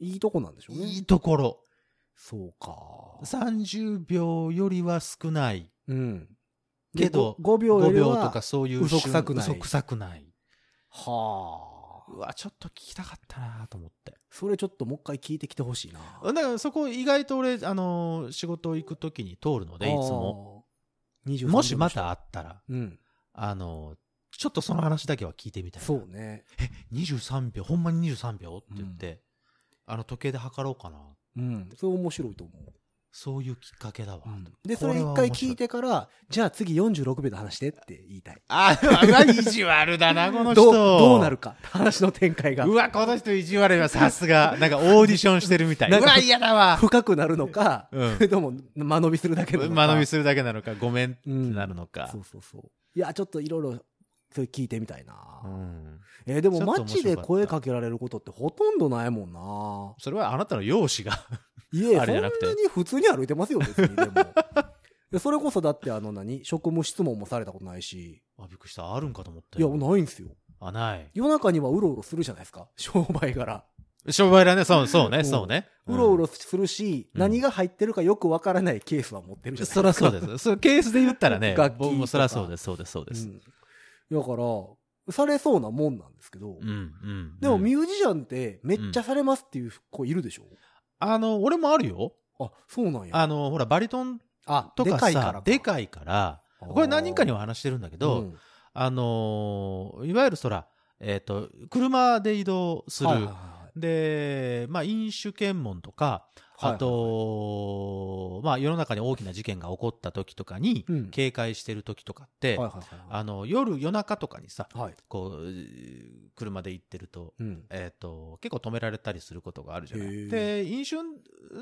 Speaker 1: いいとこなんでしょ
Speaker 3: う。
Speaker 1: うね。
Speaker 3: いいところ。
Speaker 1: そうか。
Speaker 3: 30秒よりは少ない。
Speaker 1: うん。
Speaker 3: けど
Speaker 1: 5秒よ
Speaker 3: 5
Speaker 1: り
Speaker 3: 秒
Speaker 1: は
Speaker 3: とかそういう
Speaker 1: 嘘くさくない
Speaker 3: 嘘くさくない。
Speaker 1: はあ。
Speaker 3: うわ、ちょっと聞きたかったなと思って。
Speaker 1: それちょっともう一回聞いてきてほしいな。
Speaker 3: だからそこ意外と俺、あのー仕事行くときに通るので、いつも。
Speaker 1: あー。23秒
Speaker 3: もしまたあったら、
Speaker 1: うん。
Speaker 3: あのーちょっとその話だけは聞いてみたいな。
Speaker 1: そうね。
Speaker 3: 23秒、ほんまに23秒って言って、あの時計で測ろうかな。
Speaker 1: うん。それ面白いと思う。
Speaker 3: そういうきっかけだわ。
Speaker 1: で、
Speaker 3: こ
Speaker 1: そ
Speaker 3: れは
Speaker 1: れ一回聞いてから、じゃあ次46秒で話してって言いたい。
Speaker 3: あ、うわ、意地悪だ な、こ
Speaker 1: ど
Speaker 3: の
Speaker 1: う、
Speaker 3: 人。
Speaker 1: どうなるか。話の展開が
Speaker 3: う。わ、この人意地悪いわ、さすが。 なんかオーディションしてるみたい。
Speaker 1: なん
Speaker 3: う
Speaker 1: か
Speaker 3: わ、嫌だわ。
Speaker 1: 深くなるのか、
Speaker 3: うん
Speaker 1: それとも間延びするだけなのか。
Speaker 3: 間延びするだけなのか、ごめんって
Speaker 1: うん
Speaker 3: なるのか
Speaker 1: そ。うそうそう。いや、ちょっといろいろ、それ聞いてみたいな。
Speaker 3: うん
Speaker 1: えーでも
Speaker 3: ちょっと面
Speaker 1: 街
Speaker 3: 白かっ
Speaker 1: で
Speaker 3: た
Speaker 1: 声かけられることってほとんどないもんな。
Speaker 3: それはあなたの容姿が。
Speaker 1: いえ、
Speaker 3: あ
Speaker 1: そ
Speaker 3: れ
Speaker 1: ん
Speaker 3: じ
Speaker 1: な
Speaker 3: ゃなくて
Speaker 1: に普通に歩いてますよ、別に。 でも。でそれこそだって、あの何、職務質問もされたことないし。
Speaker 3: あ、びっくりした。あるんかと思った
Speaker 1: いや、
Speaker 3: よ。
Speaker 1: ないんですよ。
Speaker 3: あ、ない。
Speaker 1: 夜中にはうろうろするじゃないですか。商売柄。
Speaker 3: 商売だね、そう、そう
Speaker 1: うん
Speaker 3: ね、そうね。
Speaker 1: うろうろ
Speaker 3: ろ。
Speaker 1: するし、
Speaker 3: うん
Speaker 1: 何が入ってるかよくわからないケースは持ってるじゃない
Speaker 3: そらそう です。そうケースで言ったらね
Speaker 1: 楽器、
Speaker 3: 僕もそ
Speaker 1: と
Speaker 3: ら
Speaker 1: か
Speaker 3: そうです、そうです、そうです。
Speaker 1: うんだから、されそうなもんなんですけど、
Speaker 3: うん、うん。
Speaker 1: でも
Speaker 3: うん
Speaker 1: ミュージシャンってめっちゃされますっていう子いるでしょ、
Speaker 3: あの、俺もあるよ。
Speaker 1: あ、そうなんや。
Speaker 3: あの、ほら、バリトン
Speaker 1: あ
Speaker 3: とか
Speaker 1: でかいから
Speaker 3: さ
Speaker 1: か、
Speaker 3: でかいから、これ何人かには話してるんだけ
Speaker 1: う
Speaker 3: ど、
Speaker 1: ん
Speaker 3: あのー、いわゆるそら、えっと、車で移動す
Speaker 1: はいはい
Speaker 3: る。
Speaker 1: はい
Speaker 3: で、まあ、飲酒検問とか、
Speaker 1: はい
Speaker 3: あと、まあ、世の中に大きな事件が起こった時とかに
Speaker 1: うん、
Speaker 3: 警戒してる時とかって、
Speaker 1: はいはいはいは
Speaker 3: あの、夜、夜中とかにさ、
Speaker 1: い。はい。
Speaker 3: こう、えー車で行ってると、
Speaker 1: うん。
Speaker 3: えっ、と、結構止められたりすることがあるじゃな
Speaker 1: へ
Speaker 3: い
Speaker 1: ー
Speaker 3: で、飲酒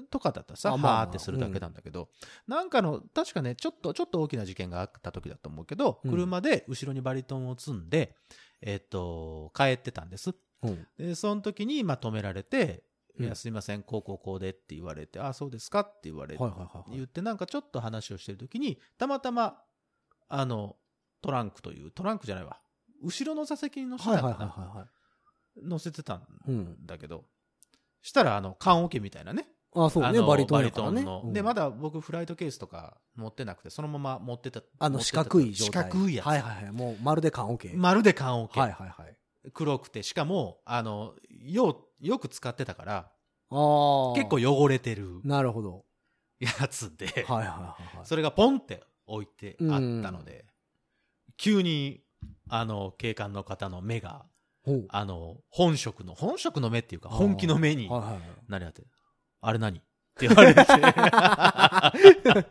Speaker 3: とかだったらさ、
Speaker 1: あ
Speaker 3: は
Speaker 1: まあまあ
Speaker 3: ーってするだけなんだけど、なんかの、確かね、ちょっと、ちょっと大きな事件があった時だと思うけど、
Speaker 1: うん
Speaker 3: 車で後ろにバリトンを積んで、えっ、と、帰ってたんです。
Speaker 1: うん
Speaker 3: で、その時に、まあ、止められて、
Speaker 1: うん
Speaker 3: いや、すいません、こうこうこうでって言われて、あ、そうですかって言われて、
Speaker 1: はいはいはいはい
Speaker 3: 言って、なんかちょっと話をしてる時に、たまたま、あの、トランクという、トランクじゃないわ。後ろの座席に乗せ
Speaker 1: はい
Speaker 3: た
Speaker 1: はい
Speaker 3: か
Speaker 1: はい
Speaker 3: な
Speaker 1: は
Speaker 3: 乗せてたん
Speaker 1: いはい。うん。
Speaker 3: だけど、したら、あの、缶オケみたいなね。
Speaker 1: あ、そう
Speaker 3: あ
Speaker 1: ね、
Speaker 3: の
Speaker 1: バリトンやから
Speaker 3: バ
Speaker 1: ね
Speaker 3: リトン。の
Speaker 1: うん
Speaker 3: で、まだ僕、フライトケースとか持ってなくて、そのまま持ってた。
Speaker 1: あの、
Speaker 3: 持って
Speaker 1: 四
Speaker 3: た
Speaker 1: 角い状態。
Speaker 3: 四角いやつ。
Speaker 1: はいはいはい。もう、まるで缶オケ。
Speaker 3: まるで缶オケ。
Speaker 1: はいはいはい。
Speaker 3: 黒くて、しかも、あの、よう、よく使ってたから、
Speaker 1: ああ。
Speaker 3: 結構汚れてる
Speaker 1: なるほど。
Speaker 3: やつで、
Speaker 1: はいはいはいはい。
Speaker 3: それがポンって置いてあったので、急に、あの、警官の方の目が、
Speaker 1: ほう
Speaker 3: あの、本職の、本職の目っていうか、
Speaker 1: あー
Speaker 3: 本気の目に、
Speaker 1: はいはいはい。
Speaker 3: 何やってあれ何って言われて。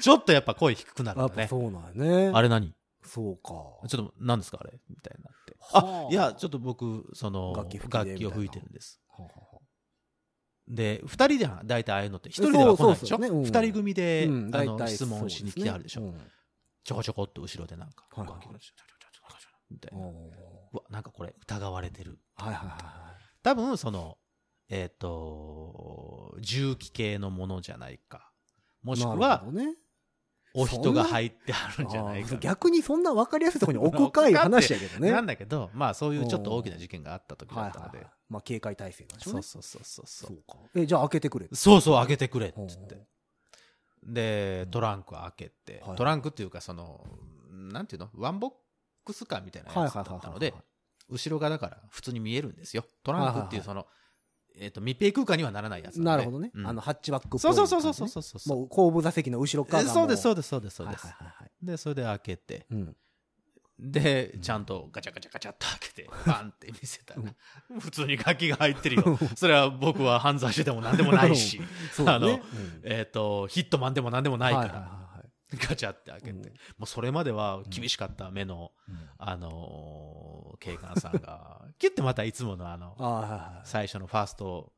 Speaker 3: ちょっとやっぱ声低くなる
Speaker 1: や
Speaker 3: ん
Speaker 1: っ
Speaker 3: だ
Speaker 1: ぱ
Speaker 3: ね。
Speaker 1: そうなんやね。
Speaker 3: あれ何
Speaker 1: そうか。
Speaker 3: ちょっと何ですかあれみたいになって。
Speaker 1: は
Speaker 3: あ
Speaker 1: あ、
Speaker 3: いや、ちょっと僕、その、
Speaker 1: 楽器
Speaker 3: 楽器
Speaker 1: 吹きで
Speaker 3: を吹いてるんです。
Speaker 1: はあはあは
Speaker 3: で、二人では大体ああいうのって、一人では来ないでし
Speaker 1: そうそうそう
Speaker 3: ょ
Speaker 1: ねうん
Speaker 3: 二人組
Speaker 1: あ
Speaker 3: で、
Speaker 1: うん
Speaker 3: あ
Speaker 1: 大
Speaker 3: の、
Speaker 1: 体
Speaker 3: 質
Speaker 1: そう
Speaker 3: 問
Speaker 1: す
Speaker 3: し
Speaker 1: ね
Speaker 3: に来てあるでしょ。
Speaker 1: うん
Speaker 3: ちょこちょこっと後ろでなんか、
Speaker 1: はいはい
Speaker 3: 楽器吹いてるみたいな。
Speaker 1: おー
Speaker 3: うわ、なんかこれ、疑われてる。
Speaker 1: はいはいは
Speaker 3: 多分、その、えっ、と、重機系のものじゃないか。も
Speaker 1: い。
Speaker 3: しく
Speaker 1: なる
Speaker 3: は
Speaker 1: ほ、どね
Speaker 3: お人が入ってあるんじゃない
Speaker 1: あ
Speaker 3: か
Speaker 1: ー逆にそんな分かりやすいところに置くかい話やけど ね。
Speaker 3: なんだけど、まあそういうちょっと大きな事件があった時だ
Speaker 1: は
Speaker 3: っ
Speaker 1: い
Speaker 3: たの
Speaker 1: はい
Speaker 3: で
Speaker 1: はい。。まあ警戒体制なんでしょう
Speaker 3: そ
Speaker 1: ね
Speaker 3: う。そうそうそうそ
Speaker 1: そう
Speaker 3: う。
Speaker 1: か。え、じゃあ開けてくれ。
Speaker 3: そうそう、開けてくれって言っ
Speaker 1: う
Speaker 3: て
Speaker 1: ん。
Speaker 3: で、トランク開けて
Speaker 1: はい、
Speaker 3: トランクっていうかその、なんていうのワンボックスカーみたいなやつだったので、後ろがだから普通に見えるんですよ。トランクっていうその、えっと、密閉空間にはならないやつ
Speaker 1: なんる
Speaker 3: で
Speaker 1: ほどね
Speaker 3: う。ん
Speaker 1: あの、ハッチバックっぽい
Speaker 3: そう
Speaker 1: 感じ
Speaker 3: そ
Speaker 1: ね。
Speaker 3: うそうそうそうそうそうそう。
Speaker 1: もう後部座席の後ろ側
Speaker 3: え
Speaker 1: がも。
Speaker 3: そうです、そううです、そうです、そうです
Speaker 1: はい。はいはいはい。
Speaker 3: で、それで開けて、
Speaker 1: うん。
Speaker 3: で
Speaker 1: うん、
Speaker 3: ちゃんとガチャガチャガチャっと開けて、バンって見せたら、普通にガキが入ってるよ。それは僕は犯罪してても何でもないし、
Speaker 1: そうだね。
Speaker 3: えっと、ヒットマンでも何でも
Speaker 1: うん
Speaker 3: ないか
Speaker 1: はいはい
Speaker 3: ら、
Speaker 1: はいはい
Speaker 3: ガチャって開けて。
Speaker 1: うん
Speaker 3: もうそれまでは厳しかった目の、
Speaker 1: うん
Speaker 3: あのー警官さん が、キュッてまたいつものあの、
Speaker 1: あはいは
Speaker 3: 最初のファースト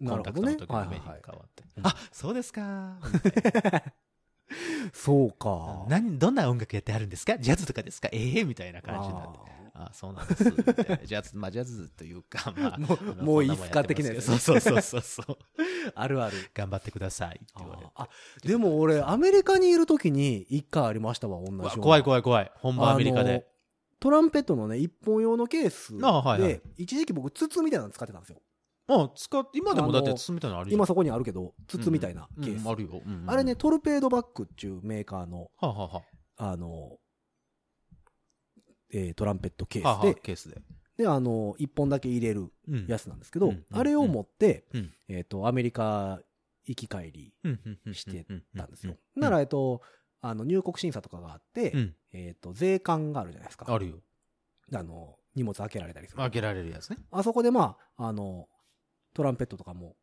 Speaker 1: い。
Speaker 3: コ
Speaker 1: な
Speaker 3: ン
Speaker 1: る
Speaker 3: タ
Speaker 1: ほ
Speaker 3: ク
Speaker 1: ど
Speaker 3: トの
Speaker 1: ね。
Speaker 3: 時
Speaker 1: は
Speaker 3: の
Speaker 1: い
Speaker 3: 目
Speaker 1: は
Speaker 3: に
Speaker 1: い
Speaker 3: 変わ
Speaker 1: は
Speaker 3: って、あ、そうで すかーみたいな。
Speaker 1: い。そうか。
Speaker 3: 何どんな音楽やってあるんですかジャズとかですかええみたいな感じになって。あそうなんです。みたいなジャズ、まあ、ジャズというか、まあ、
Speaker 1: もう
Speaker 3: あの
Speaker 1: もういいっ
Speaker 3: こん
Speaker 1: す
Speaker 3: な
Speaker 1: か
Speaker 3: もんやってますけど
Speaker 1: 的なやつ
Speaker 3: そうそうそうそうそう。
Speaker 1: あーあるある。
Speaker 3: 頑張ってくださいって言われて。
Speaker 1: あでも俺、アメリカにいる時に一回ありましたわ、同じよう
Speaker 3: う
Speaker 1: な
Speaker 3: わ怖い怖い怖い。本場アメリカ
Speaker 1: あの
Speaker 3: で。
Speaker 1: トランペットのね、一本用のケースで、
Speaker 3: あはいはい
Speaker 1: 一時期僕、筒みたいなの使ってたんですよ。
Speaker 3: もう使って、今でもだっ
Speaker 1: あ
Speaker 3: て
Speaker 1: の
Speaker 3: 筒みたいなのあるよ。
Speaker 1: 今そこにあるけど、筒みたいなケー
Speaker 3: う
Speaker 1: ス。
Speaker 3: んあるよ。うんうん
Speaker 1: あれね、、トルペードバックっていうメーカーの、
Speaker 3: はあ、はあは
Speaker 1: あの、えートランペットケ
Speaker 3: あ、は
Speaker 1: ー
Speaker 3: あ
Speaker 1: ス
Speaker 3: はあ
Speaker 1: で、
Speaker 3: ケースで。
Speaker 1: で、あの、一本だけ入れる
Speaker 3: うん
Speaker 1: やつなんですけど、
Speaker 3: うん
Speaker 1: あれを持って、
Speaker 3: うん
Speaker 1: えっ、と、アメリカ行き帰り
Speaker 3: うんうんうん
Speaker 1: して
Speaker 3: うん
Speaker 1: たんですよ。なら、えっ、と、あの、入国審査とかがあって、
Speaker 3: うん、
Speaker 1: えっ、と、税関があるじゃないですか。
Speaker 3: あるよ。
Speaker 1: あの、荷物開けられたりする。
Speaker 3: 開けられるやつね。
Speaker 1: あそこでまあ、あの、トランペットとかも、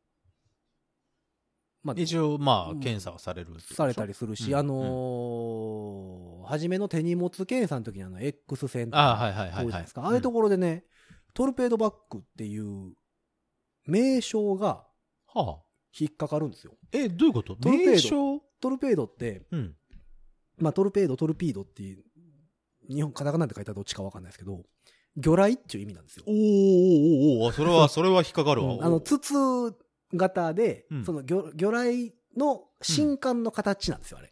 Speaker 1: まあ、
Speaker 3: 一応、まあ
Speaker 1: うん、
Speaker 3: 検査はされる。
Speaker 1: されたり。するし、
Speaker 3: うん
Speaker 1: あのー初めの手荷物検査の時にあの、X 線と
Speaker 3: ああ、
Speaker 1: か、
Speaker 3: はいはい
Speaker 1: 通
Speaker 3: は
Speaker 1: る
Speaker 3: い
Speaker 1: じゃ
Speaker 3: は
Speaker 1: ない
Speaker 3: い。
Speaker 1: ですか。ああいうと
Speaker 3: こ。
Speaker 1: ころでね、トルペードバックっていう名称が
Speaker 3: はあ。
Speaker 1: 引っかかるんですよ。
Speaker 3: え、どういうこと
Speaker 1: トルペード
Speaker 3: 名称
Speaker 1: トルペードって、
Speaker 3: うん。
Speaker 1: まあ、トルペード、トルピードっていう、日本、カタカナで書いたらどっちかわかんないですけど、魚雷っていう意味なんですよ
Speaker 3: お。ーおーおーおーあそれは、それは引っかかるわ
Speaker 1: う。んあの、筒型で、
Speaker 3: うん
Speaker 1: その魚魚雷の新艦の形なんですよ、あれ。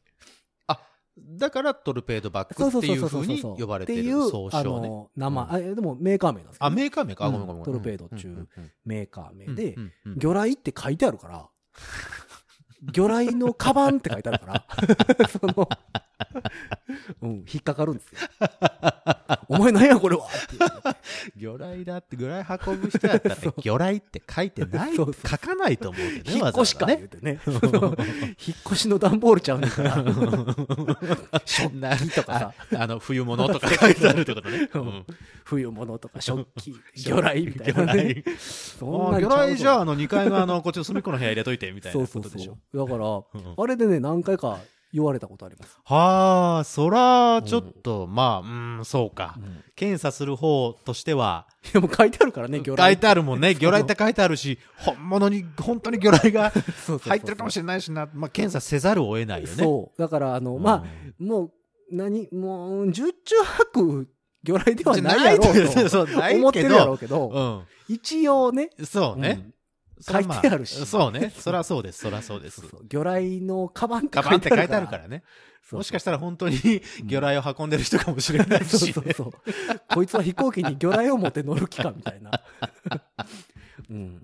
Speaker 3: だからトルペードバッ
Speaker 1: そ
Speaker 3: クっ
Speaker 1: う
Speaker 3: て
Speaker 1: そう
Speaker 3: いう
Speaker 1: そうそう
Speaker 3: ふう
Speaker 1: そう
Speaker 3: に
Speaker 1: そう。
Speaker 3: 呼ばれて
Speaker 1: って
Speaker 3: る
Speaker 1: いう
Speaker 3: 総
Speaker 1: あ
Speaker 3: 称ね。
Speaker 1: の名前、
Speaker 3: うん
Speaker 1: あれでもメーカー名なんですけど
Speaker 3: あ、メーカー名か。あごめん
Speaker 1: うん
Speaker 3: ごめんご
Speaker 1: ト
Speaker 3: め
Speaker 1: ル
Speaker 3: ん。
Speaker 1: ペードっちゅうメーカー名
Speaker 3: うん
Speaker 1: で、、
Speaker 3: うんうんうん
Speaker 1: 魚雷って書いてあるから、魚雷のカバンって書いてあるから、 その、うん、引っかかるんですよ。お前なんやこれはっていう
Speaker 3: 魚雷だって、魚雷運ぶ人やったらね、魚雷って書いてない、
Speaker 1: そ
Speaker 3: 書
Speaker 1: うそう
Speaker 3: かないと思うけどね。
Speaker 1: 引っ越しか
Speaker 3: わざわ
Speaker 1: 言
Speaker 3: ざ
Speaker 1: うてね。 その引っ越しの段ボールちゃうねんから。
Speaker 3: 食器と
Speaker 1: かさ。
Speaker 3: ああの、冬物とか書いてあるってことね。
Speaker 1: うん
Speaker 3: うん
Speaker 1: 冬物とか食器、魚雷みたいな、
Speaker 3: 魚
Speaker 1: ね
Speaker 3: 雷。
Speaker 1: そん
Speaker 3: あ
Speaker 1: なんち
Speaker 3: あ魚
Speaker 1: うぞ
Speaker 3: 雷じゃあ、あの、2階のあの、こっちの隅っこの部屋入れといて、みたい
Speaker 1: そう
Speaker 3: な
Speaker 1: そ
Speaker 3: こ
Speaker 1: う
Speaker 3: とでしょ。
Speaker 1: そう。だから、
Speaker 3: うん
Speaker 1: あれでね、何回か言われたことあります。
Speaker 3: はあ、そら、ちょっと、まあ、うん、そうか。検査する方としては、
Speaker 1: いや、もう書いてあるからね、魚
Speaker 3: 書
Speaker 1: 雷
Speaker 3: い。てあるもんね。魚雷って書いてあるし、本物に、本当に魚雷が
Speaker 1: そうそうそう
Speaker 3: 入ってるかもしれないしな。まあ、検査せざるを得ないよね。
Speaker 1: そう。だから、あの、まあ、もう、何、もう、十中八九、魚雷では
Speaker 3: じゃ
Speaker 1: ないやろ
Speaker 3: という
Speaker 1: うと
Speaker 3: そう、ない
Speaker 1: 思って
Speaker 3: け
Speaker 1: るやろ
Speaker 3: ど
Speaker 1: う、けど、
Speaker 3: うん。
Speaker 1: 一応ね、
Speaker 3: そうね。
Speaker 1: うん
Speaker 3: そらま
Speaker 1: 書いてあるし
Speaker 3: そうね。そらそうです。そらそうです
Speaker 1: そう。そう魚雷のカバンって
Speaker 3: カ
Speaker 1: 書
Speaker 3: バン
Speaker 1: い
Speaker 3: って
Speaker 1: て
Speaker 3: 書
Speaker 1: ある
Speaker 3: いて
Speaker 1: か
Speaker 3: あ
Speaker 1: ら。
Speaker 3: るからね。
Speaker 1: そうそう
Speaker 3: もしかしたら本当に魚雷を運んでる人かもしれない
Speaker 1: そう
Speaker 3: し
Speaker 1: そ
Speaker 3: ね
Speaker 1: う。 そう。こいつは飛行機に魚雷を持って乗る気か、み たいな。うん。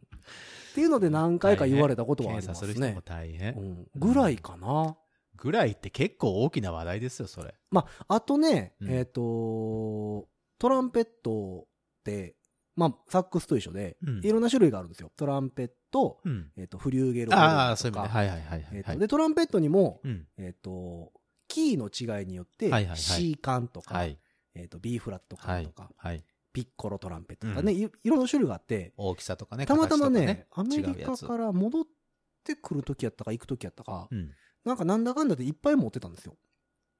Speaker 1: っていうので何回か言われたことはありま
Speaker 3: 検査
Speaker 1: す
Speaker 3: する人
Speaker 1: ね
Speaker 3: も。大変
Speaker 1: う。ん、ぐらいかな。
Speaker 3: ぐらいって結構大きな話題ですよ、それ。
Speaker 1: まあ、あとね、
Speaker 3: うん
Speaker 1: えっ、と、トランペットって、まあ、サックスと一緒で、
Speaker 3: うん
Speaker 1: いろんな種類があるんですよ。トランペット、
Speaker 3: うん。
Speaker 1: えっ、と、フリューゲルホルンとか。
Speaker 3: ああ、そういう意味ね。はいはいはい
Speaker 1: えっ
Speaker 3: は
Speaker 1: と
Speaker 3: い。
Speaker 1: で、トランペットにも、
Speaker 3: うん。
Speaker 1: えっ、と、キーの違いによって、
Speaker 3: はいはいはい
Speaker 1: C 管とか、
Speaker 3: はい。
Speaker 1: えっ、と、B フラット
Speaker 3: は
Speaker 1: 管
Speaker 3: い
Speaker 1: とか、。
Speaker 3: はい。
Speaker 1: ピッコロトランペットとかね、いいろんな種類があって、
Speaker 3: 大きさとかね。
Speaker 1: たまたまね、
Speaker 3: 形と
Speaker 1: ア
Speaker 3: か
Speaker 1: メ
Speaker 3: ね
Speaker 1: リカか。ら戻ってくる時やったか、行く時やったか、
Speaker 3: 違うやつうん。
Speaker 1: なんかなんだかんだでいっぱい持ってたんですよ。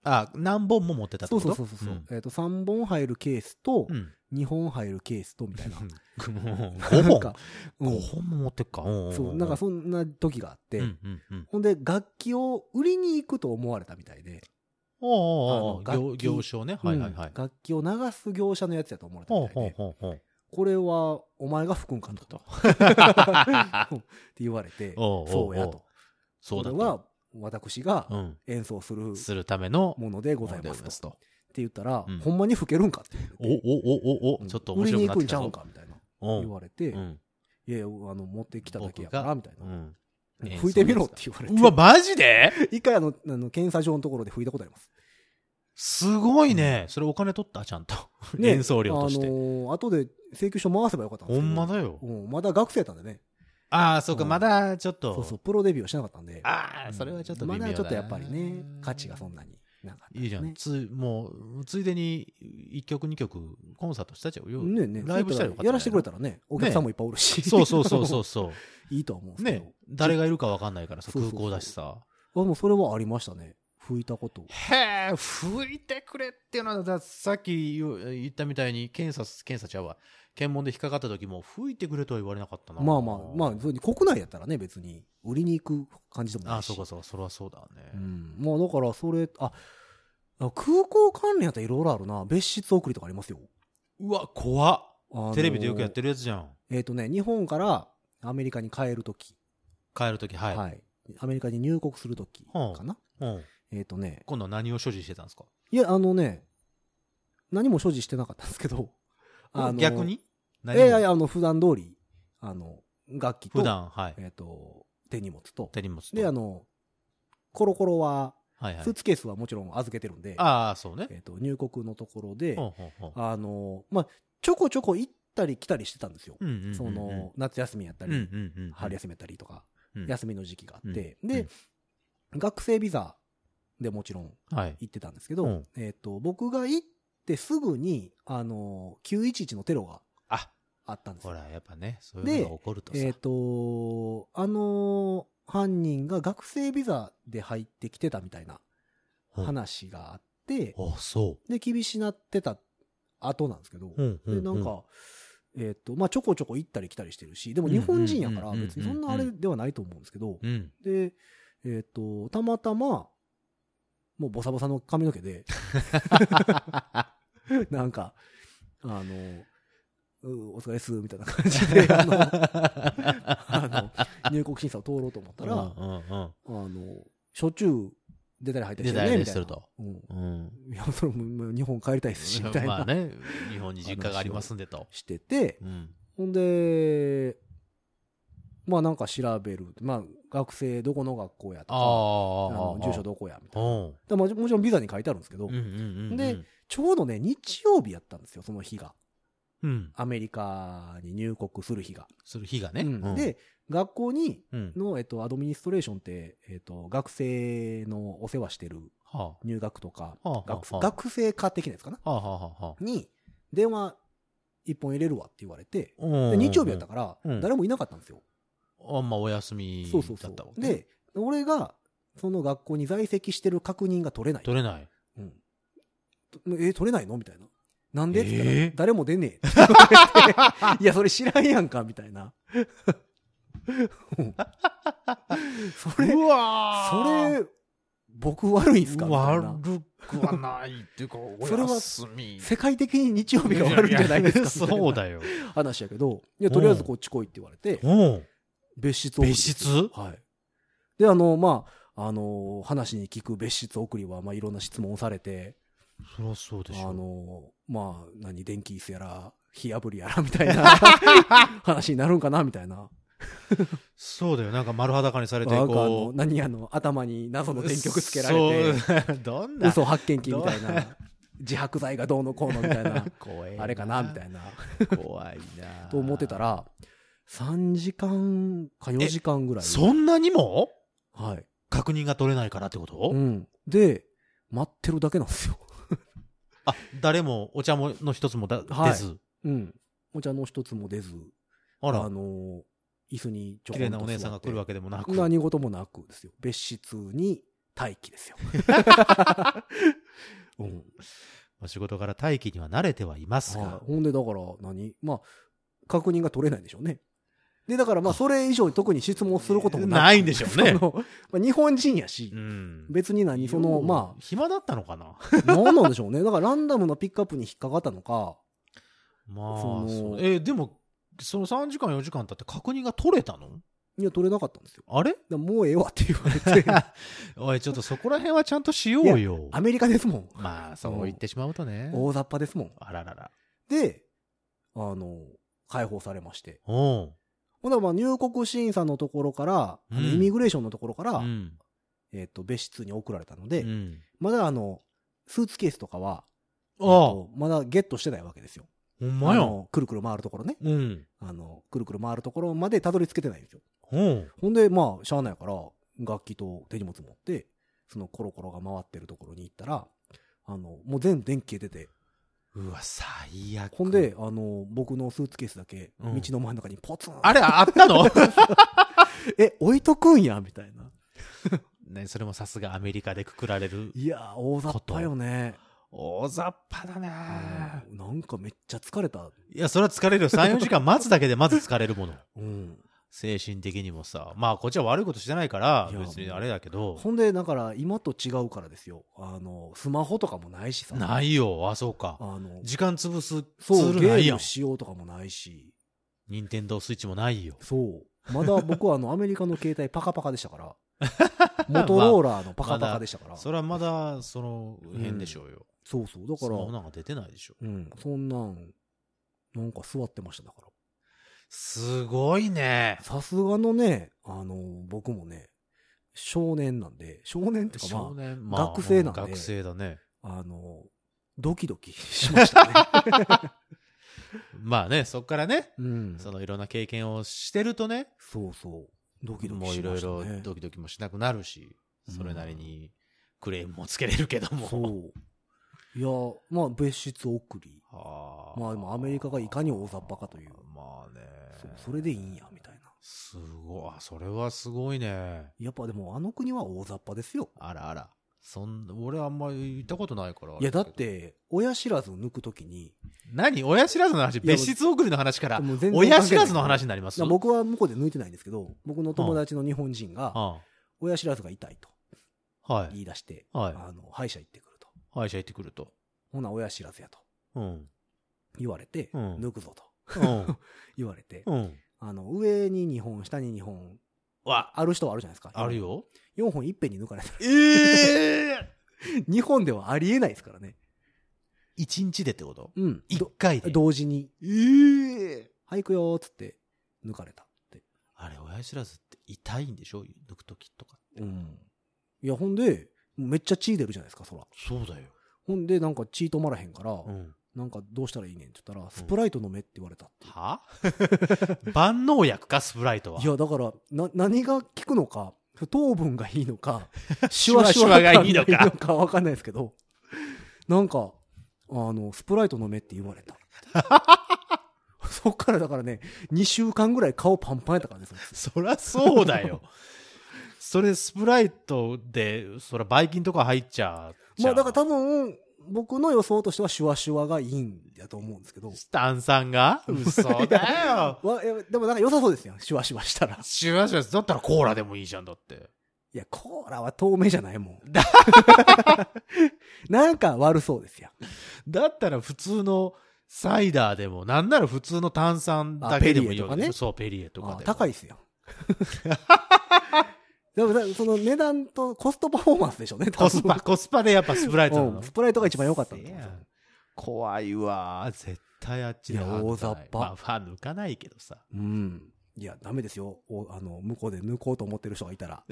Speaker 3: あ、何本も持ってたっ
Speaker 1: そ
Speaker 3: て
Speaker 1: う
Speaker 3: こと
Speaker 1: そうそうそう。えっ、と、3本入るケースと、
Speaker 3: うん。うん。
Speaker 1: 2本入るケースと、みたいな。
Speaker 3: もう
Speaker 1: な
Speaker 3: 5
Speaker 1: んか
Speaker 3: 本。
Speaker 1: うん
Speaker 3: 5本も持ってっか。んんん
Speaker 1: そう、なんかそんな時があって、
Speaker 3: うんうんうん。
Speaker 1: ほんで、楽器を売りに行くと思われたみたいで、
Speaker 3: おーおー
Speaker 1: あの
Speaker 3: おー
Speaker 1: 楽器
Speaker 3: 行行商ね。はいはいは
Speaker 1: う
Speaker 3: い
Speaker 1: ん。楽器を流す業者のやつやと思われた
Speaker 3: ほ
Speaker 1: み
Speaker 3: う
Speaker 1: たい
Speaker 3: ほう
Speaker 1: で、
Speaker 3: ほうほう。
Speaker 1: これはお前が吹くんか と。うんって言われて、
Speaker 3: おうおうおう
Speaker 1: そうやと。
Speaker 3: そうだ
Speaker 1: ことれは私が
Speaker 3: うん。
Speaker 1: 演奏する
Speaker 3: するための
Speaker 1: ものでございま
Speaker 3: もの
Speaker 1: すと。
Speaker 3: でご
Speaker 1: っ
Speaker 3: ざいま
Speaker 1: て言ったら、
Speaker 3: うん
Speaker 1: ほんまに吹けるんかって
Speaker 3: おお
Speaker 1: 言われて
Speaker 3: おお
Speaker 1: う
Speaker 3: お
Speaker 1: ん
Speaker 3: ちょっと面白くなっ
Speaker 1: 売りに行く
Speaker 3: てきた
Speaker 1: んちゃうん
Speaker 3: ぞ。
Speaker 1: かみたいな
Speaker 3: お
Speaker 1: 言われて、
Speaker 3: うん
Speaker 1: いやいやあの、持ってきただけやか
Speaker 3: 僕
Speaker 1: ら、
Speaker 3: が
Speaker 1: みたいな。
Speaker 3: うん
Speaker 1: うん
Speaker 3: 演奏
Speaker 1: 吹いてみろって言われて。
Speaker 3: うわ、マ ジで
Speaker 1: 一回あの、あの検査場のところで吹いたことあります。
Speaker 3: すごいね。それお金取ったちゃんと。
Speaker 1: ね
Speaker 3: 演奏料とし
Speaker 1: あ
Speaker 3: て。
Speaker 1: のー後で請求書回せばよかったんです
Speaker 3: ほ
Speaker 1: けど。
Speaker 3: んまだよ
Speaker 1: う。ん、まだ学生やったんでね。
Speaker 3: ああ、そうか、
Speaker 1: うん
Speaker 3: まだちょっと。
Speaker 1: そうそう、プロデビューはしなかったんで。
Speaker 3: ああ、それはちょっと微
Speaker 1: ま
Speaker 3: 妙だな
Speaker 1: だちょっとやっぱりね、価値がそんなに。なかったですね
Speaker 3: いいじゃん。つ、もう、ついでに、1曲2曲、コンサートしたちゃうよ。
Speaker 1: ねえねえ
Speaker 3: ライブしたらよかったんじゃないの
Speaker 1: やらせてくれたらね、お客さんもいっぱいおるし。
Speaker 3: そうそうそうそうそ
Speaker 1: いいとは思うん
Speaker 3: う。
Speaker 1: ですけど。
Speaker 3: ね誰がいるかわかんないからさ、
Speaker 1: そうそう
Speaker 3: 空
Speaker 1: そう
Speaker 3: 港だしさ。
Speaker 1: あ、もうそれはありましたね。拭いたこと。
Speaker 3: へえ、拭いてくれっていうのは、ださっき言う言ったみたいに、検査、検査ちゃうわ。検問で引っかかった時も、拭いてくれとは言われなかったな。
Speaker 1: まあまあ、まあ、そうに国内やったらね、別に、売りに行く感じでもない
Speaker 3: あ
Speaker 1: し。
Speaker 3: あ、そうかそうか、それはそうだ
Speaker 1: う
Speaker 3: ね。
Speaker 1: ん。まあだから、それ、あ、あ空港関連やったらいろいろあるな。別室送りとかありますよ。
Speaker 3: うわ、怖っ。
Speaker 1: あのー
Speaker 3: テレビでよくやってるやつじゃん。
Speaker 1: えっ、とね、日本からアメリカに帰るとき、
Speaker 3: 帰る時は。
Speaker 1: はいい、アメリカに入国するとき
Speaker 3: はあ
Speaker 1: かな。
Speaker 3: うん。
Speaker 1: えっ、とね、
Speaker 3: 今度は何を所持してたんですか
Speaker 1: いや、あのね、何も所持してなかったんですけ ど、あの
Speaker 3: 逆に何
Speaker 1: い
Speaker 3: も
Speaker 1: やいやいや、あの、普段通り、あの、楽器と、
Speaker 3: 普段、はい。
Speaker 1: えっ、と、手荷物と、
Speaker 3: 手荷物と
Speaker 1: で、あの、コロコロは、
Speaker 3: はいはい
Speaker 1: スー。ツケースはもちろん預けてるんで、
Speaker 3: ああ、そうね。
Speaker 1: えっ、と、入国のところで、
Speaker 3: ほうほうほう
Speaker 1: あの、まあ、ちょこちょこ行ったり来たりしてたんですよ。
Speaker 3: うんうんうんうん
Speaker 1: その、夏休みやった
Speaker 3: うんう
Speaker 1: り、
Speaker 3: んうんうん。
Speaker 1: 春休みやったりとか、
Speaker 3: うん
Speaker 1: 休みの時期があって、
Speaker 3: うん
Speaker 1: で、学生ビザでもちろん
Speaker 3: はい。
Speaker 1: 行ってたんですけど、
Speaker 3: うん
Speaker 1: えっ、と、僕が行ってすぐに、あの、911のテロが
Speaker 3: あ、
Speaker 1: あったんです
Speaker 3: ほ
Speaker 1: よ。
Speaker 3: ら、やっぱね、そういうのが起こるとさ。
Speaker 1: えっ、と、あの、犯人が学生ビザで入ってきてたみたいな
Speaker 3: うん
Speaker 1: 話があって、
Speaker 3: あ、そ
Speaker 1: で、厳しなってた後なんですけど、
Speaker 3: う。うんう
Speaker 1: で、なんか、、えっ、と、まあ、ちょこちょこ行ったり来たりしてるし、でも日本人やから
Speaker 3: うんうんうんうんうん
Speaker 1: 別にそんなあれではないと思うんですけど、
Speaker 3: うん。
Speaker 1: で、えっ、と、たまたま、もうボサボサの髪の毛 で、なんか、あの、うお疲れっす、みたいな感じで、あ の、あの入国審査を通ろうと思ったら、
Speaker 3: うんうん
Speaker 1: あの、しょっちゅう出たり入ったりして
Speaker 3: 出た
Speaker 1: る
Speaker 3: り
Speaker 1: ね、み
Speaker 3: 入
Speaker 1: たい
Speaker 3: ったりす
Speaker 1: な
Speaker 3: ると。
Speaker 1: うん
Speaker 3: うん。うん。
Speaker 1: いや、それももう日本帰りたいですし、みたい
Speaker 3: まあ
Speaker 1: な、
Speaker 3: ね、日本に実家がありますんでと。
Speaker 1: してて、
Speaker 3: うん。
Speaker 1: ほんで、まあなんか調べる。まあ学生どこの学校やと
Speaker 3: あ
Speaker 1: か、あ
Speaker 3: あああああ。
Speaker 1: の住所どこやみたいな。
Speaker 3: おう
Speaker 1: でももちろんビザに書いてあるんですけど、
Speaker 3: うんうんうん。
Speaker 1: で、ちょうどね、日曜日やったんですよ、その日が。
Speaker 3: うん。
Speaker 1: アメリカに入国する日が。
Speaker 3: する日がね。
Speaker 1: うんで、学校に、
Speaker 3: うん、
Speaker 1: の、えっと、アドミニストレーションって、えっと、学生のお世話してる
Speaker 3: は
Speaker 1: 入学とか、
Speaker 3: あ。はあ。
Speaker 1: 学
Speaker 3: はあは
Speaker 1: 学生課的なやつかな
Speaker 3: あはあはあはあ。
Speaker 1: に、電話一本入れるわって言われて、
Speaker 3: うん
Speaker 1: で日曜日やったから
Speaker 3: うん、
Speaker 1: 誰もいなかったんですよ。
Speaker 3: あんまあお休み
Speaker 1: そうそうそ
Speaker 3: だったわ
Speaker 1: う。
Speaker 3: けね
Speaker 1: で、俺が、その学校に在籍してる確認が取れない。
Speaker 3: 取れない
Speaker 1: うんとえ、取れないのみたいな。なんでって言ったら、
Speaker 3: えー
Speaker 1: 誰も出 ねえって言われて。いや、それ知らんやんか、みたいな。 うんそれ、
Speaker 3: うわ
Speaker 1: そ
Speaker 3: ー
Speaker 1: れ、僕悪いんすかみたいな。
Speaker 3: 悪くはないっていうか
Speaker 1: それは
Speaker 3: お休み
Speaker 1: 世界的に日曜日が悪いんじゃないですか
Speaker 3: やや
Speaker 1: み
Speaker 3: そう
Speaker 1: たい
Speaker 3: だよ
Speaker 1: な話やけど、いや、とりあえずこっち来いって言われて、
Speaker 3: うん
Speaker 1: 別室を
Speaker 3: 別室
Speaker 1: はい。で、あの、まあ、あの、話に聞く別室送りは、まあ、いろんな質問をされて、
Speaker 3: そりゃそうでし
Speaker 1: あ
Speaker 3: ょ
Speaker 1: の、まあ、何、電気椅子やら、火炙りやら、みたい な話になるんかな、みたいな。
Speaker 3: そうだよなんか丸裸にされて
Speaker 1: なんかあの
Speaker 3: こ、う
Speaker 1: 何やの、頭に謎の電極つけられて、
Speaker 3: そう どんな
Speaker 1: 嘘発見器みたい
Speaker 3: どう
Speaker 1: な、自白剤がどうのこうのみたい な、
Speaker 3: 怖い
Speaker 1: あれかな、みたいな、
Speaker 3: な怖いな
Speaker 1: と思ってたら、3時間か4時間ぐらい。
Speaker 3: そんなにも
Speaker 1: はい。
Speaker 3: 確認が取れないからってこと、
Speaker 1: うん。で、待ってるだけなんですよ。
Speaker 3: あ誰もお茶もの一つもだ、
Speaker 1: はい
Speaker 3: 出ず
Speaker 1: うん。お茶の一つも出ず、
Speaker 3: あ
Speaker 1: あ
Speaker 3: ら
Speaker 1: の、椅子にちょこ
Speaker 3: 綺
Speaker 1: んと座って
Speaker 3: 麗なお姉さんが来るわけでもなく
Speaker 1: 何事もなくですよ。別室に待機 ですよ。うん。
Speaker 3: まあ仕事から待機には慣れてはいますが、
Speaker 1: はいほんで、だから何、まあ、確認が取れないんでしょうね。で、だからまあ、それ以上に特に質問することもく
Speaker 3: ないんでしょうね
Speaker 1: そのまあ、日本人やし
Speaker 3: う、ん
Speaker 1: 別に何、その、ま
Speaker 3: あ暇だったの かな
Speaker 1: あ、何なんでしょうね。だからランダムのピックアップに引っかかったのか、
Speaker 3: まあ
Speaker 1: その
Speaker 3: そうえーでもその3時間4時間経って確認が取れたの
Speaker 1: いや、取れなかったんですよ。
Speaker 3: あれ
Speaker 1: だからもうええわって言わ れて、
Speaker 3: おいちょっとそこら辺はちゃんとしようよ
Speaker 1: アメリカですもん。
Speaker 3: まあそう言ってしまうとね
Speaker 1: 大雑把ですもん。
Speaker 3: あららら
Speaker 1: で、あの、解放されまして。
Speaker 3: おう
Speaker 1: ほんならまあ入国審査のところから、あの
Speaker 3: うん
Speaker 1: イミグレーションのところから、
Speaker 3: うん
Speaker 1: えっ、と、別室に送られたので、
Speaker 3: うん
Speaker 1: まだあの、スーツケースとかは、
Speaker 3: ああ
Speaker 1: えっ
Speaker 3: ほ
Speaker 1: とまだゲットしてないわけですよ。
Speaker 3: んまや
Speaker 1: あのくるくる回るところね。
Speaker 3: うん
Speaker 1: あの、くるくる回るところまでたどり着けてないんですよ。
Speaker 3: おう
Speaker 1: ほんで、まあ、しゃあないから、楽器と手荷物持って、そのコロコロが回ってるところに行ったら、あの、もう全部電気消えてて、
Speaker 3: うわ、最悪。
Speaker 1: ほんで、、あの、僕のスーツケースだけ、
Speaker 3: うん
Speaker 1: 道の真ん中にポツン、
Speaker 3: あれ、あったの
Speaker 1: え、置いとくんや、みたいな。
Speaker 3: ね、それもさすがアメリカでくくられる。
Speaker 1: いやー、大雑把よね。
Speaker 3: 大雑把だな
Speaker 1: うんなんかめっちゃ疲れた。
Speaker 3: いや、それは疲れるよ。3、4時間待つだけでまず疲れるもの。
Speaker 1: うん。
Speaker 3: 精神的にもさ。まあ、こっちは悪いことしてないから
Speaker 1: い、や
Speaker 3: 別にあれだけど。
Speaker 1: ほんで、だから、今と違うからですよ。あの、スマホとかもないしさ。。
Speaker 3: ないいよ。あ、そうか。
Speaker 1: あの、
Speaker 3: 時間潰すツ
Speaker 1: そ
Speaker 3: ー
Speaker 1: う、
Speaker 3: ル
Speaker 1: ゲ
Speaker 3: ない
Speaker 1: ー
Speaker 3: やん
Speaker 1: ム。しようとかもないし。
Speaker 3: 任天堂スイッチもないよ。
Speaker 1: そう。まだ僕はあの、アメリカの携帯パカパカでした から。モトローラーのパカパカでしたから。
Speaker 3: それはまだ、その、変でしょうよ。
Speaker 1: そうそう。だ
Speaker 3: そ
Speaker 1: から、
Speaker 3: のなんか出てないでしょ。
Speaker 1: うん。そんなん、なんか座ってました、だから。
Speaker 3: すごいね。
Speaker 1: さすがのね、あの、僕もね、少年なんで、少年っていうかま
Speaker 3: 少年、
Speaker 1: 学生なんで
Speaker 3: 学生だね。
Speaker 1: あ、あの、ドキドキしましたね。
Speaker 3: まあね、そっからね、
Speaker 1: うん。
Speaker 3: そのいろんな経験をしてるとね、
Speaker 1: そうそう。ドキドキ
Speaker 3: もうい
Speaker 1: し
Speaker 3: ろ
Speaker 1: ま
Speaker 3: い
Speaker 1: した
Speaker 3: ろ
Speaker 1: ね。
Speaker 3: ドキドキもしなくなるし、
Speaker 1: うん
Speaker 3: それなりにクレームもつけれるけども。
Speaker 1: そう。いや、まあ、別室送り。
Speaker 3: は
Speaker 1: まあ、でもアメリカがいかに大雑把かという。
Speaker 3: まあね。
Speaker 1: そうそれでいいんや、みたいな。
Speaker 3: すごい。あそれはすごいね。
Speaker 1: やっぱでも、あの国は大雑把ですよ。
Speaker 3: あらあら。そん俺あんまり行ったことないから。
Speaker 1: いや、だっ。て、親知らず抜くときに、
Speaker 3: 何親知らずの話、
Speaker 1: いや
Speaker 3: 別室送りの話から、
Speaker 1: もう全然
Speaker 3: 親
Speaker 1: 関
Speaker 3: 知
Speaker 1: 係ない
Speaker 3: らずの話になります
Speaker 1: だから僕は向こうで抜いてないんですけど、僕の友達の日本人が、
Speaker 3: あ
Speaker 1: 親知らずが痛いと
Speaker 3: あはい。
Speaker 1: 言い出して、
Speaker 3: はい
Speaker 1: あの歯医者行ってくると。
Speaker 3: 歯医者行ってくると。
Speaker 1: ほな、親知らずやと
Speaker 3: うん。
Speaker 1: 言われて、
Speaker 3: うん
Speaker 1: 抜くぞと
Speaker 3: うん。
Speaker 1: 言われて、
Speaker 3: うん。
Speaker 1: あの、上に2本、下に2本、
Speaker 3: わ、
Speaker 1: ある人はあるじゃないですか。
Speaker 3: ある。よ。
Speaker 1: 4本いっぺんに抜かれたら、
Speaker 3: ええ
Speaker 1: 日本ではありえないですからね。
Speaker 3: 一日でってこと
Speaker 1: うん。
Speaker 3: 一
Speaker 1: ど
Speaker 3: 回で。
Speaker 1: 同時に、
Speaker 3: ええ
Speaker 1: はい、行くよーっつって、抜かれたって。
Speaker 3: あれ、親知らずって痛いんでしょ抜くときとかって。
Speaker 1: うん。いや、ほんで、めっちゃ血出るじゃないですか、そら。
Speaker 3: そうだよ。
Speaker 1: ほんで、なんか血止まらへんから、
Speaker 3: うん。
Speaker 1: なんかどうしたらいいねんって言ったら、スプライト飲めって言われたっていう
Speaker 3: は 万能薬か、スプライトは。
Speaker 1: いや、だから、な、何が効くのか、糖分がいいの か、シ
Speaker 3: ュワシュワがいいのか
Speaker 1: 感わかんないですけど、なんか、あの、スプライト飲めって言わ れた。そっからだからね、2週間ぐらい顔パンパンやったからですよ。
Speaker 3: そりゃそうだよ。 それ、スプライトで、そりゃ、ばい菌とか入っちゃう。
Speaker 1: まあだから多分、僕の予想としてはシュワシュワがいいんやと思うんですけど、
Speaker 3: 炭酸が嘘だ よ。
Speaker 1: わいやでもなんか良さそうですよ、シュワシュワしたら。
Speaker 3: シュワシュワだったらコーラでもいいじゃん、だって。
Speaker 1: いや、コーラは透明じゃない もん。なんか悪そうですよ。
Speaker 3: だったら普通のサイダーでも、なんなら普通の炭酸だけでもいいわけでしょ
Speaker 1: あペリエとかねあ
Speaker 3: そう、ペリエとかでも。
Speaker 1: 高いですよ。 でもだその値段とコストパフォーマンスでしょうね、多分
Speaker 3: コスパ、コスパでやっぱスプライトな
Speaker 1: う
Speaker 3: の
Speaker 1: ん。スプライトが一番良かったんだ
Speaker 3: せ
Speaker 1: と
Speaker 3: や
Speaker 1: 思うんですよ
Speaker 3: ん怖いわ。絶対あっちで
Speaker 1: いや
Speaker 3: 歯抜かない
Speaker 1: 大雑把
Speaker 3: まあ、歯抜かないけどさ。
Speaker 1: うん。いや、ダメですよ。おあの、向こうで抜こうと思ってる人がいたら。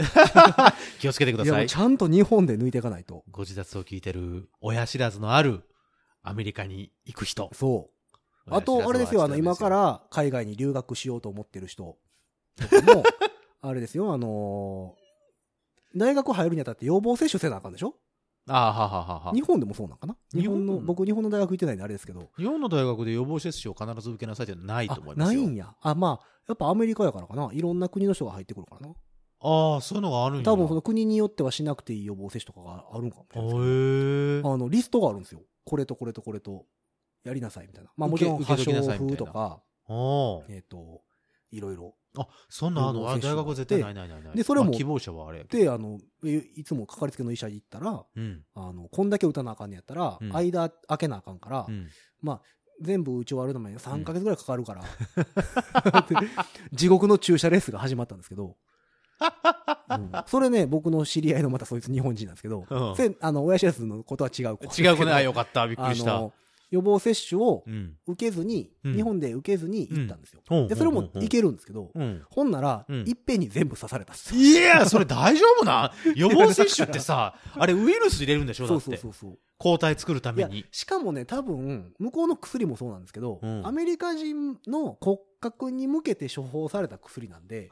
Speaker 3: 気をつけてくだ
Speaker 1: いや、
Speaker 3: さ
Speaker 1: も。
Speaker 3: いう
Speaker 1: ちゃんと日本で抜いていかないと。
Speaker 3: ご自殺を聞いてる、親知らずのあるアメリカに行く人。
Speaker 1: そう。あと、あれですよ、あの、今か。ら海外に留学しようと思ってる人とかも、 あれですよ、あのー大学入るにあたって予防接種せなあかんでしょ
Speaker 3: ああ、はははは。
Speaker 1: 日本でもそうなんかな
Speaker 3: 日
Speaker 1: 日
Speaker 3: 本
Speaker 1: 本の、僕日本の大学行ってないんであれですけど。
Speaker 3: 日本の大学で予防接種を必ず受けなさいってないと思い
Speaker 1: あ
Speaker 3: ますよ。
Speaker 1: ないんや。あ、まあ、やっぱアメリカやからかな。いろんな国の人が入ってくるからな。
Speaker 3: ああ、そういうのがあるんや。
Speaker 1: 多分その国によってはしなくていい予防接種とかがあるんかもしれないですけ
Speaker 3: へえ
Speaker 1: ど。あの、リストがあるんですよ。これとこれとこれと、やりなさいみたいな。まあもちろん、
Speaker 3: 受け
Speaker 1: 破
Speaker 3: 受け
Speaker 1: 傷
Speaker 3: ときなさいみた
Speaker 1: 風
Speaker 3: いな
Speaker 1: とか、
Speaker 3: あ
Speaker 1: えっ、と、いろいろ。
Speaker 3: あ。あ、そんなんあんのあ
Speaker 1: 予防接種
Speaker 3: 大学は絶対ないないないない。
Speaker 1: でそれも
Speaker 3: まあ希望者はあれやけど。
Speaker 1: で、あの、えいつもかかりつけの医者に行ったら、
Speaker 3: うん。
Speaker 1: あの、こんだけ打たなあかんねやったら、
Speaker 3: うん
Speaker 1: 間開けなあかんから、
Speaker 3: うん。
Speaker 1: 全部打ち終わるのに3ヶ月ぐらいかかるから、 地獄の注射レースが始まったんですけど、うんそれね、僕の知り合いのまたそいつ日本人なんですけど、
Speaker 3: うん
Speaker 1: せあの、親知らずのことは違う子。
Speaker 3: 違う子ね。あ、よかった。びっくりし
Speaker 1: あ
Speaker 3: た。
Speaker 1: の、予防接種を
Speaker 3: うん。
Speaker 1: 受けずに、
Speaker 3: うん
Speaker 1: 日本で受けずに行ったんですよ。
Speaker 3: うん
Speaker 1: で、それもいけるんですけど、
Speaker 3: うん。
Speaker 1: ほんなら、
Speaker 3: うん
Speaker 1: いっぺんに全部刺されたっすよ。
Speaker 3: いや、それ大丈夫な予防接種ってさ、 あれウイルス入れるんでしょだ
Speaker 1: そう
Speaker 3: っ
Speaker 1: そう
Speaker 3: て
Speaker 1: そ。うそう。
Speaker 3: 抗体作るた
Speaker 1: い
Speaker 3: め
Speaker 1: や
Speaker 3: に。
Speaker 1: しかもね多分向こうの薬もそうなんですけど、
Speaker 3: うん
Speaker 1: アメリカ人の骨格に向けて処方 された薬なんで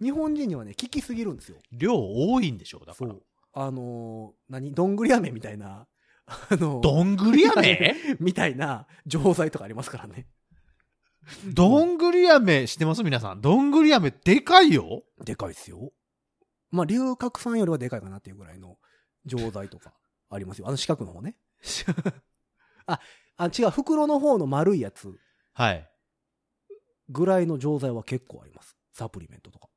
Speaker 1: 日本人にはね効きすぎるんですよ
Speaker 3: 量多いんでしょだか
Speaker 1: そ
Speaker 3: ら
Speaker 1: う。あのー何どんぐり飴みたいな、 あのー
Speaker 3: どんぐり飴
Speaker 1: みたいな錠剤とかありますからね。
Speaker 3: どんぐり飴してます皆さん。どんぐり飴でかいよ。
Speaker 1: でかいっすよ。まあ、龍角散よりはでかいかなっていうぐらいの錠剤と かありますよ。あの四角の方ね。 あ、あ、違う、袋の方の丸いやつ
Speaker 3: はい。
Speaker 1: ぐらいの錠剤は結構あります。サプリメントとか。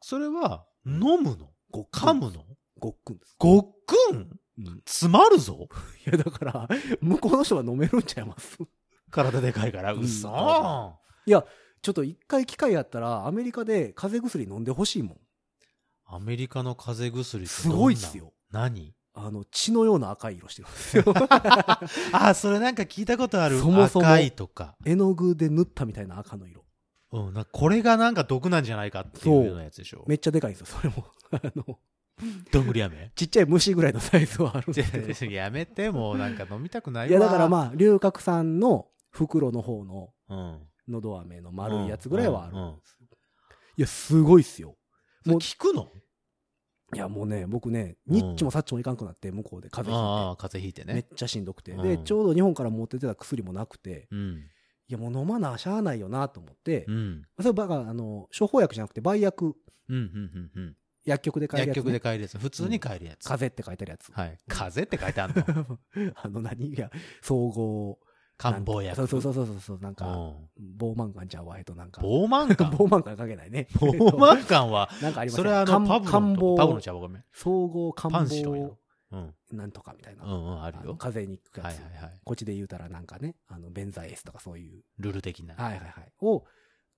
Speaker 3: それは、飲むの
Speaker 1: ごっくん
Speaker 3: 噛むの
Speaker 1: ごっくんです。
Speaker 3: ごっくん
Speaker 1: うん
Speaker 3: 詰まるぞ。
Speaker 1: いや、だから、向こうの人が飲めるんちゃいます
Speaker 3: 体でかいから。
Speaker 1: うん
Speaker 3: うそ
Speaker 1: 体ちょっと一回機会やったら、アメリカで風邪薬飲んでほしいも
Speaker 3: アメリカの風邪薬
Speaker 1: ん。
Speaker 3: って
Speaker 1: す
Speaker 3: どんな
Speaker 1: ごいっす。よ。
Speaker 3: 何
Speaker 1: あの、血のような赤い色してるんです よ。
Speaker 3: あ、それなんか聞いたことある。
Speaker 1: そもそも
Speaker 3: 赤いとか。
Speaker 1: 絵の具で塗ったみたいな赤の色。
Speaker 3: うん、なんかこれがなんか毒なんじゃないかっていうようなやつでしょ。
Speaker 1: めっちゃでかいんですよ、それも。 あの、
Speaker 3: どんぐり飴
Speaker 1: ちっちゃい虫ぐらいのサイズはあるん
Speaker 3: ち
Speaker 1: で
Speaker 3: ょ
Speaker 1: すけ ど。
Speaker 3: ちょやめて、もうなんか飲みたくないわ。
Speaker 1: いや、だからまあ、龍角散の袋の方の、
Speaker 3: あ、うん。
Speaker 1: のど飴の丸いやつぐらいはある。
Speaker 3: うんうんうん
Speaker 1: いや、すごいっすよ。もう
Speaker 3: それ聞くの
Speaker 1: いや、もうね、僕ね、
Speaker 3: うん
Speaker 1: ニッチもサッチもいかんくなって、向こうで風邪
Speaker 3: あ
Speaker 1: ひ
Speaker 3: あ、風邪ひいて
Speaker 1: いて。めっ
Speaker 3: ね。
Speaker 1: ちゃしんどくて。
Speaker 3: うん
Speaker 1: で、ちょうど日本から持ってってた薬もなくて、
Speaker 3: うん。
Speaker 1: いや、もう飲まなしゃあないよなと思って
Speaker 3: う、ん。
Speaker 1: そればか、あの、処方薬じゃなくて、売薬、
Speaker 3: うん、うん、うん、うん。
Speaker 1: 薬局で買える
Speaker 3: 薬
Speaker 1: やつね、
Speaker 3: 局で買えるやつ。普通に買えるやつ。
Speaker 1: 風邪って書いてあるやつ。
Speaker 3: はい。風邪って書いてあるの。
Speaker 1: あの、何いや、総合。
Speaker 3: 漢方
Speaker 1: や
Speaker 3: 薬。
Speaker 1: そうそうそうそうそう、なんか、
Speaker 3: うん
Speaker 1: 防慢感ちゃうわ、えっと、なんか。
Speaker 3: ボーマ ン感
Speaker 1: 防慢感かけないね。
Speaker 3: ボーマン感は、
Speaker 1: なんかあります
Speaker 3: それはあの、パブロンとパブロンちゃうわごめん。
Speaker 1: 総合漢
Speaker 3: パンシロンや
Speaker 1: 方
Speaker 3: ろうん。
Speaker 1: なんとかみたいな。
Speaker 3: うんうん、ある
Speaker 1: あの
Speaker 3: よ。
Speaker 1: 風邪に効くや
Speaker 3: はい
Speaker 1: つ。
Speaker 3: はいはい。
Speaker 1: こっちで言うたらなんかね、あの、ベンザエースとかそういう。
Speaker 3: ルール的な。
Speaker 1: はいはいはい。を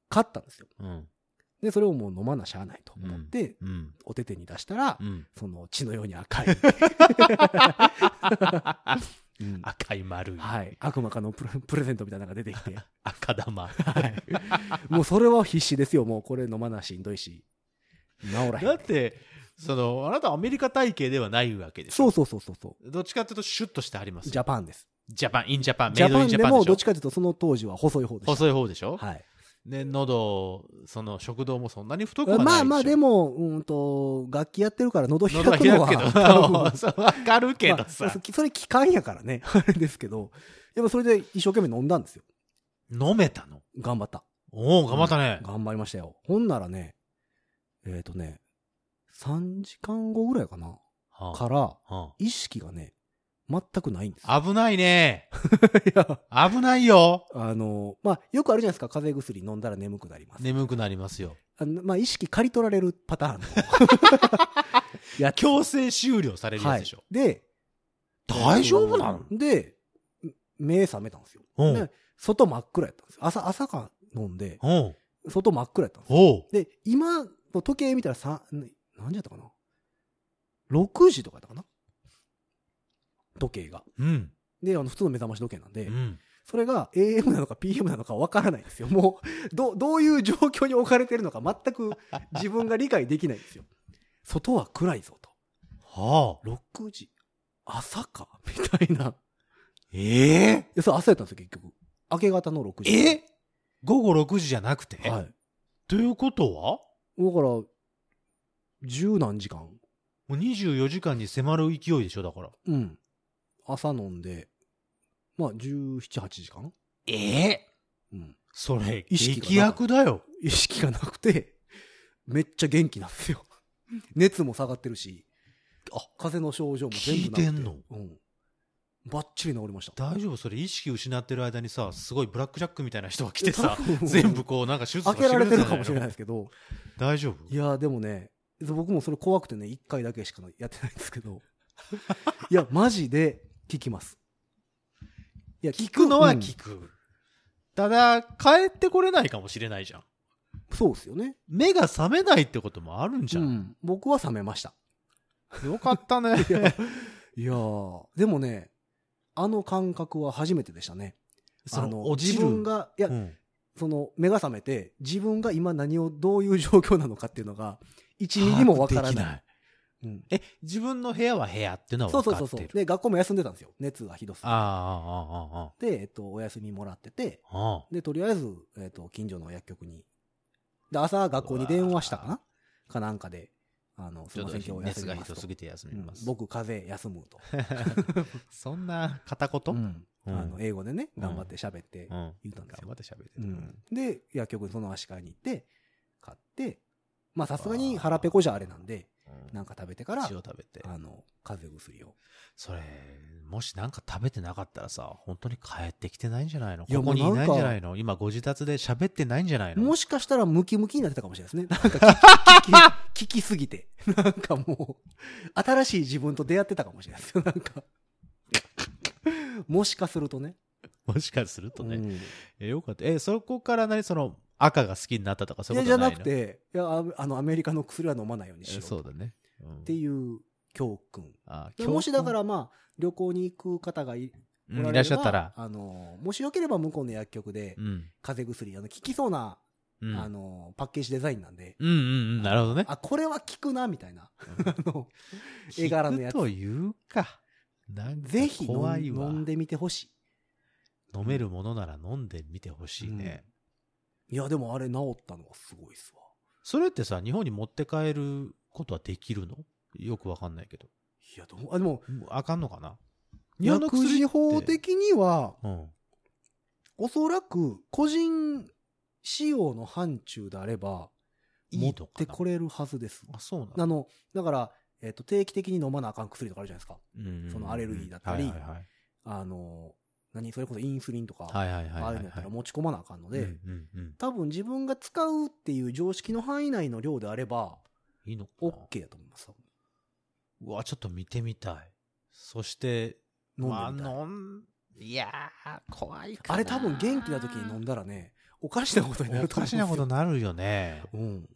Speaker 1: 買ったんですよ。
Speaker 3: うん。
Speaker 1: で、それをもう飲まなしゃあないと思って、
Speaker 3: うん。
Speaker 1: お手手に出したら、
Speaker 3: うん。
Speaker 1: その血のように赤い。うん
Speaker 3: 赤い丸い。
Speaker 1: はい。悪魔化のプレプレゼントみたいなのが出てきて。
Speaker 3: 赤玉。
Speaker 1: はい。もうそれは必死ですよ。もうこれ飲まなしんどいし。治らへ
Speaker 3: だっ
Speaker 1: ん。
Speaker 3: て、その、あなたアメリカ体系ではないわけでし
Speaker 1: そ
Speaker 3: ょ。
Speaker 1: うそうそうそうそう。
Speaker 3: どっちかっていうとシュッとしてありますよ。
Speaker 1: ジャパンです。
Speaker 3: ジャパン、インジャパン、メ
Speaker 1: ジ
Speaker 3: イ
Speaker 1: ャ
Speaker 3: ド
Speaker 1: パ
Speaker 3: イ
Speaker 1: ン
Speaker 3: ンジ
Speaker 1: で
Speaker 3: ャパン
Speaker 1: も
Speaker 3: で
Speaker 1: どっ
Speaker 3: し
Speaker 1: ち
Speaker 3: ょ。
Speaker 1: かというとその当時は細い方でした。
Speaker 3: 細い方でしょ
Speaker 1: はい。
Speaker 3: ね、喉、その食道もそんなに太くはないでしょ。
Speaker 1: まあまあでも、うんと、楽器やってるから喉開
Speaker 3: 喉は
Speaker 1: くのは
Speaker 3: 開く け
Speaker 1: 多分
Speaker 3: ど、 そうわかるけど
Speaker 1: まあ
Speaker 3: さ
Speaker 1: そ。それ期間やからね。 あれですけど。でもそれで一生懸命飲んだんですよ。
Speaker 3: 飲めたの
Speaker 1: 頑張った。
Speaker 3: おお、頑張ったね。
Speaker 1: 頑張りましたよ。ほんならね、えっ、とね、3時間後ぐらいかな。
Speaker 3: はあ
Speaker 1: から、
Speaker 3: は
Speaker 1: 意識がね、全くないんですよ。
Speaker 3: あ危ないね。
Speaker 1: いや、
Speaker 3: 危ないよ。
Speaker 1: あの、まあ、よくあるじゃないですか。風邪薬飲んだら眠くなります。
Speaker 3: 眠くなりますよ。
Speaker 1: あのまあ、意識刈り取られるパ ターンのやつ
Speaker 3: 強制終了されるや
Speaker 1: は
Speaker 3: つ
Speaker 1: い
Speaker 3: でしょ。。
Speaker 1: で、
Speaker 3: 大丈夫なの
Speaker 1: で、目覚めたんですよ。
Speaker 3: うん
Speaker 1: で外真っ暗やったんですよ。朝、朝間飲んで、
Speaker 3: おう
Speaker 1: 外真っ暗やったんですよ。
Speaker 3: おう
Speaker 1: で、今の時計見たらさ、ね何時やったかな ?6 時とかやったかな時計が。
Speaker 3: うん。
Speaker 1: で、あの、普通の目覚まし時計なんで
Speaker 3: う、ん。
Speaker 1: それが AM なのか PM なのかわからないんですよ。もう、どう、どういう状況に置かれてるのか全く自分が理解できないんですよ。 外は暗いぞと。
Speaker 3: はあ。
Speaker 1: 6時、朝かみたいな。
Speaker 3: ええ
Speaker 1: いや、それ朝やったんですよ、結局。明け方の6時。
Speaker 3: え午後6時じゃなくて、
Speaker 1: はい。だから、
Speaker 3: ということは
Speaker 1: 十何時間。
Speaker 3: もう24時間に迫る勢いでしょだから。
Speaker 1: うん。朝飲んで、まあ、17、8時間
Speaker 3: ええ
Speaker 1: うん。
Speaker 3: それ、
Speaker 1: 意識が
Speaker 3: 劇薬だよ。
Speaker 1: 意識がなくて、めっちゃ元気なんですよ。熱も下がってるし、あ、風邪の症状も全部なくて。
Speaker 3: 効いてんの
Speaker 1: うん。ばっちり治りました。
Speaker 3: 大丈夫それ意識失ってる間にさ、すごいブラックジャックみたいな人が来てさ
Speaker 1: 多、分
Speaker 3: 全部こうなんか手術と
Speaker 1: 開
Speaker 3: か
Speaker 1: けられてる
Speaker 3: んじ
Speaker 1: か
Speaker 3: ゃ
Speaker 1: もしれない
Speaker 3: の
Speaker 1: ですけど、
Speaker 3: 大丈夫
Speaker 1: いやーでもね、僕もそれ怖くてね、一回だけしかやってないんですけ ど。いや、マジで聞きます。いや、
Speaker 3: 聞くのは
Speaker 1: うん
Speaker 3: 聞く。ただ、帰ってこれないかもしれないじゃん。
Speaker 1: そうですよね。
Speaker 3: 目が覚めないってこともあるんじゃ。
Speaker 1: うんん僕は冷めました。
Speaker 3: よかったね。
Speaker 1: いや、いやーでもね、あの感覚は初めてでしたね。
Speaker 3: そ
Speaker 1: あの
Speaker 3: の、落ち
Speaker 1: 自
Speaker 3: る
Speaker 1: 分、が、いや、
Speaker 3: うん
Speaker 1: その、目が覚めて、自分が今何を、どういう状況なのかっていうのが、一ミリもわからない。
Speaker 3: 把握で
Speaker 1: う
Speaker 3: き
Speaker 1: ん
Speaker 3: え、自分の部屋は部屋っていうのは
Speaker 1: そうそ
Speaker 3: 分
Speaker 1: う
Speaker 3: か
Speaker 1: そう
Speaker 3: っ
Speaker 1: そ
Speaker 3: て
Speaker 1: う。
Speaker 3: る。
Speaker 1: で、学校も休んでたんですよ。熱がひどすぎて
Speaker 3: ああ、
Speaker 1: で、えっと、お休みもらってて、
Speaker 3: ああ、ああ、ああ。
Speaker 1: で、とりあえず、えっ、と、近所の薬局に。で、朝、学校に電話したかなかなんかで、あの、す
Speaker 3: ち
Speaker 1: い
Speaker 3: ょ
Speaker 1: ません、今
Speaker 3: っと
Speaker 1: 日休
Speaker 3: 熱
Speaker 1: み
Speaker 3: が
Speaker 1: ま
Speaker 3: ひど
Speaker 1: す
Speaker 3: す
Speaker 1: と。
Speaker 3: ぎて休
Speaker 1: う
Speaker 3: み
Speaker 1: ん
Speaker 3: ます。
Speaker 1: 僕、風邪休むと。
Speaker 3: そんな片言、
Speaker 1: うん
Speaker 3: うん
Speaker 1: あの英語でね、
Speaker 3: うん
Speaker 1: 頑張って喋って
Speaker 3: うん
Speaker 1: 言ったんですよ
Speaker 3: 頑張。って喋って
Speaker 1: う
Speaker 3: る
Speaker 1: ん、で、薬局にその足買いに行って、買って、まあさすがに腹ペコじゃあれなんで、
Speaker 3: うん
Speaker 1: なんか食べてから
Speaker 3: 塩、食べて。
Speaker 1: あの、風邪薬を。
Speaker 3: それ、もしなんか食べてなかったらさ、本当に帰ってきてないんじゃないの
Speaker 1: いや
Speaker 3: ここにい
Speaker 1: もうな
Speaker 3: なんい
Speaker 1: か
Speaker 3: んじゃないの今ご自宅で喋ってないんじゃないの
Speaker 1: もしかしたらムキムキになってたかもしれ ないですね。なんか聞き聞き聞きすぎて。 なんかもう、新しい自分と出会ってたかもしれないですよ。 なんか。もしかするとね。
Speaker 3: もしかするとね。
Speaker 1: うん
Speaker 3: え、よかった。え、そこから何その赤が好きになったとかそう
Speaker 1: い
Speaker 3: いう
Speaker 1: や
Speaker 3: こ
Speaker 1: じゃな
Speaker 3: とはない
Speaker 1: く
Speaker 3: の
Speaker 1: て、いや、ああの、アメリカの薬は飲まないようにしよ
Speaker 3: え
Speaker 1: う。
Speaker 3: そう
Speaker 1: っ
Speaker 3: だね。うん
Speaker 1: ていう教訓。
Speaker 3: あ
Speaker 1: でもしだか
Speaker 3: 教
Speaker 1: らまあ、旅行に行く方がい
Speaker 3: 訓
Speaker 1: お
Speaker 3: う
Speaker 1: れれば
Speaker 3: んいらっしゃったら。
Speaker 1: あの、もしよければ向こうの薬局で
Speaker 3: う、ん。
Speaker 1: 風邪薬、あの、効きそうな、
Speaker 3: うん。
Speaker 1: あの、パッケージデザインなんで、
Speaker 3: うんうんうん、なるほどね。
Speaker 1: あ、これは効くな、みたいな。
Speaker 3: う ん
Speaker 1: あの、絵柄のやつ
Speaker 3: 聞くというか。なんか
Speaker 1: ぜひ飲
Speaker 3: 怖
Speaker 1: ん
Speaker 3: いわ
Speaker 1: 飲んでみてほし
Speaker 3: 飲めるものなら飲んでみてほしいね、
Speaker 1: い。いや、でもあれ治ったのはすごいっすわ。
Speaker 3: それってさ日本に持って帰ることはできるのよくわかんないけど
Speaker 1: いや、どう、あ、でも、
Speaker 3: もうあかんのかな日本の
Speaker 1: 薬
Speaker 3: 薬
Speaker 1: 事法
Speaker 3: って
Speaker 1: 的には、
Speaker 3: うん
Speaker 1: おそらく、個人使用の範疇であれば、
Speaker 3: い
Speaker 1: 持
Speaker 3: い
Speaker 1: っ
Speaker 3: とか
Speaker 1: て
Speaker 3: な
Speaker 1: これるはずです。
Speaker 3: あそうな
Speaker 1: あ
Speaker 3: の
Speaker 1: の、だから、えっと、定期的に飲まなあかん薬とかあるじゃないですか。
Speaker 3: うん
Speaker 1: そのアレルギーだったり
Speaker 3: はいはいはい
Speaker 1: あの、何それこそインスリンとか、
Speaker 3: はいはいはい
Speaker 1: ああ
Speaker 3: はい
Speaker 1: いうのやったら持ち込まなあかんので、
Speaker 3: うんうんうん
Speaker 1: 多分自分が使うっていう常識の範囲内の量であれば、
Speaker 3: いいのかな
Speaker 1: OK だと思います。
Speaker 3: うわちょっと見てみたいそして
Speaker 1: 飲んでみたい
Speaker 3: まあ飲んいやー怖いか
Speaker 1: あ
Speaker 3: な
Speaker 1: れ多分元気な時に飲んだらね、おかしなことになる
Speaker 3: お
Speaker 1: と思うんで
Speaker 3: かし
Speaker 1: すよ。
Speaker 3: なことになるよね
Speaker 1: うん。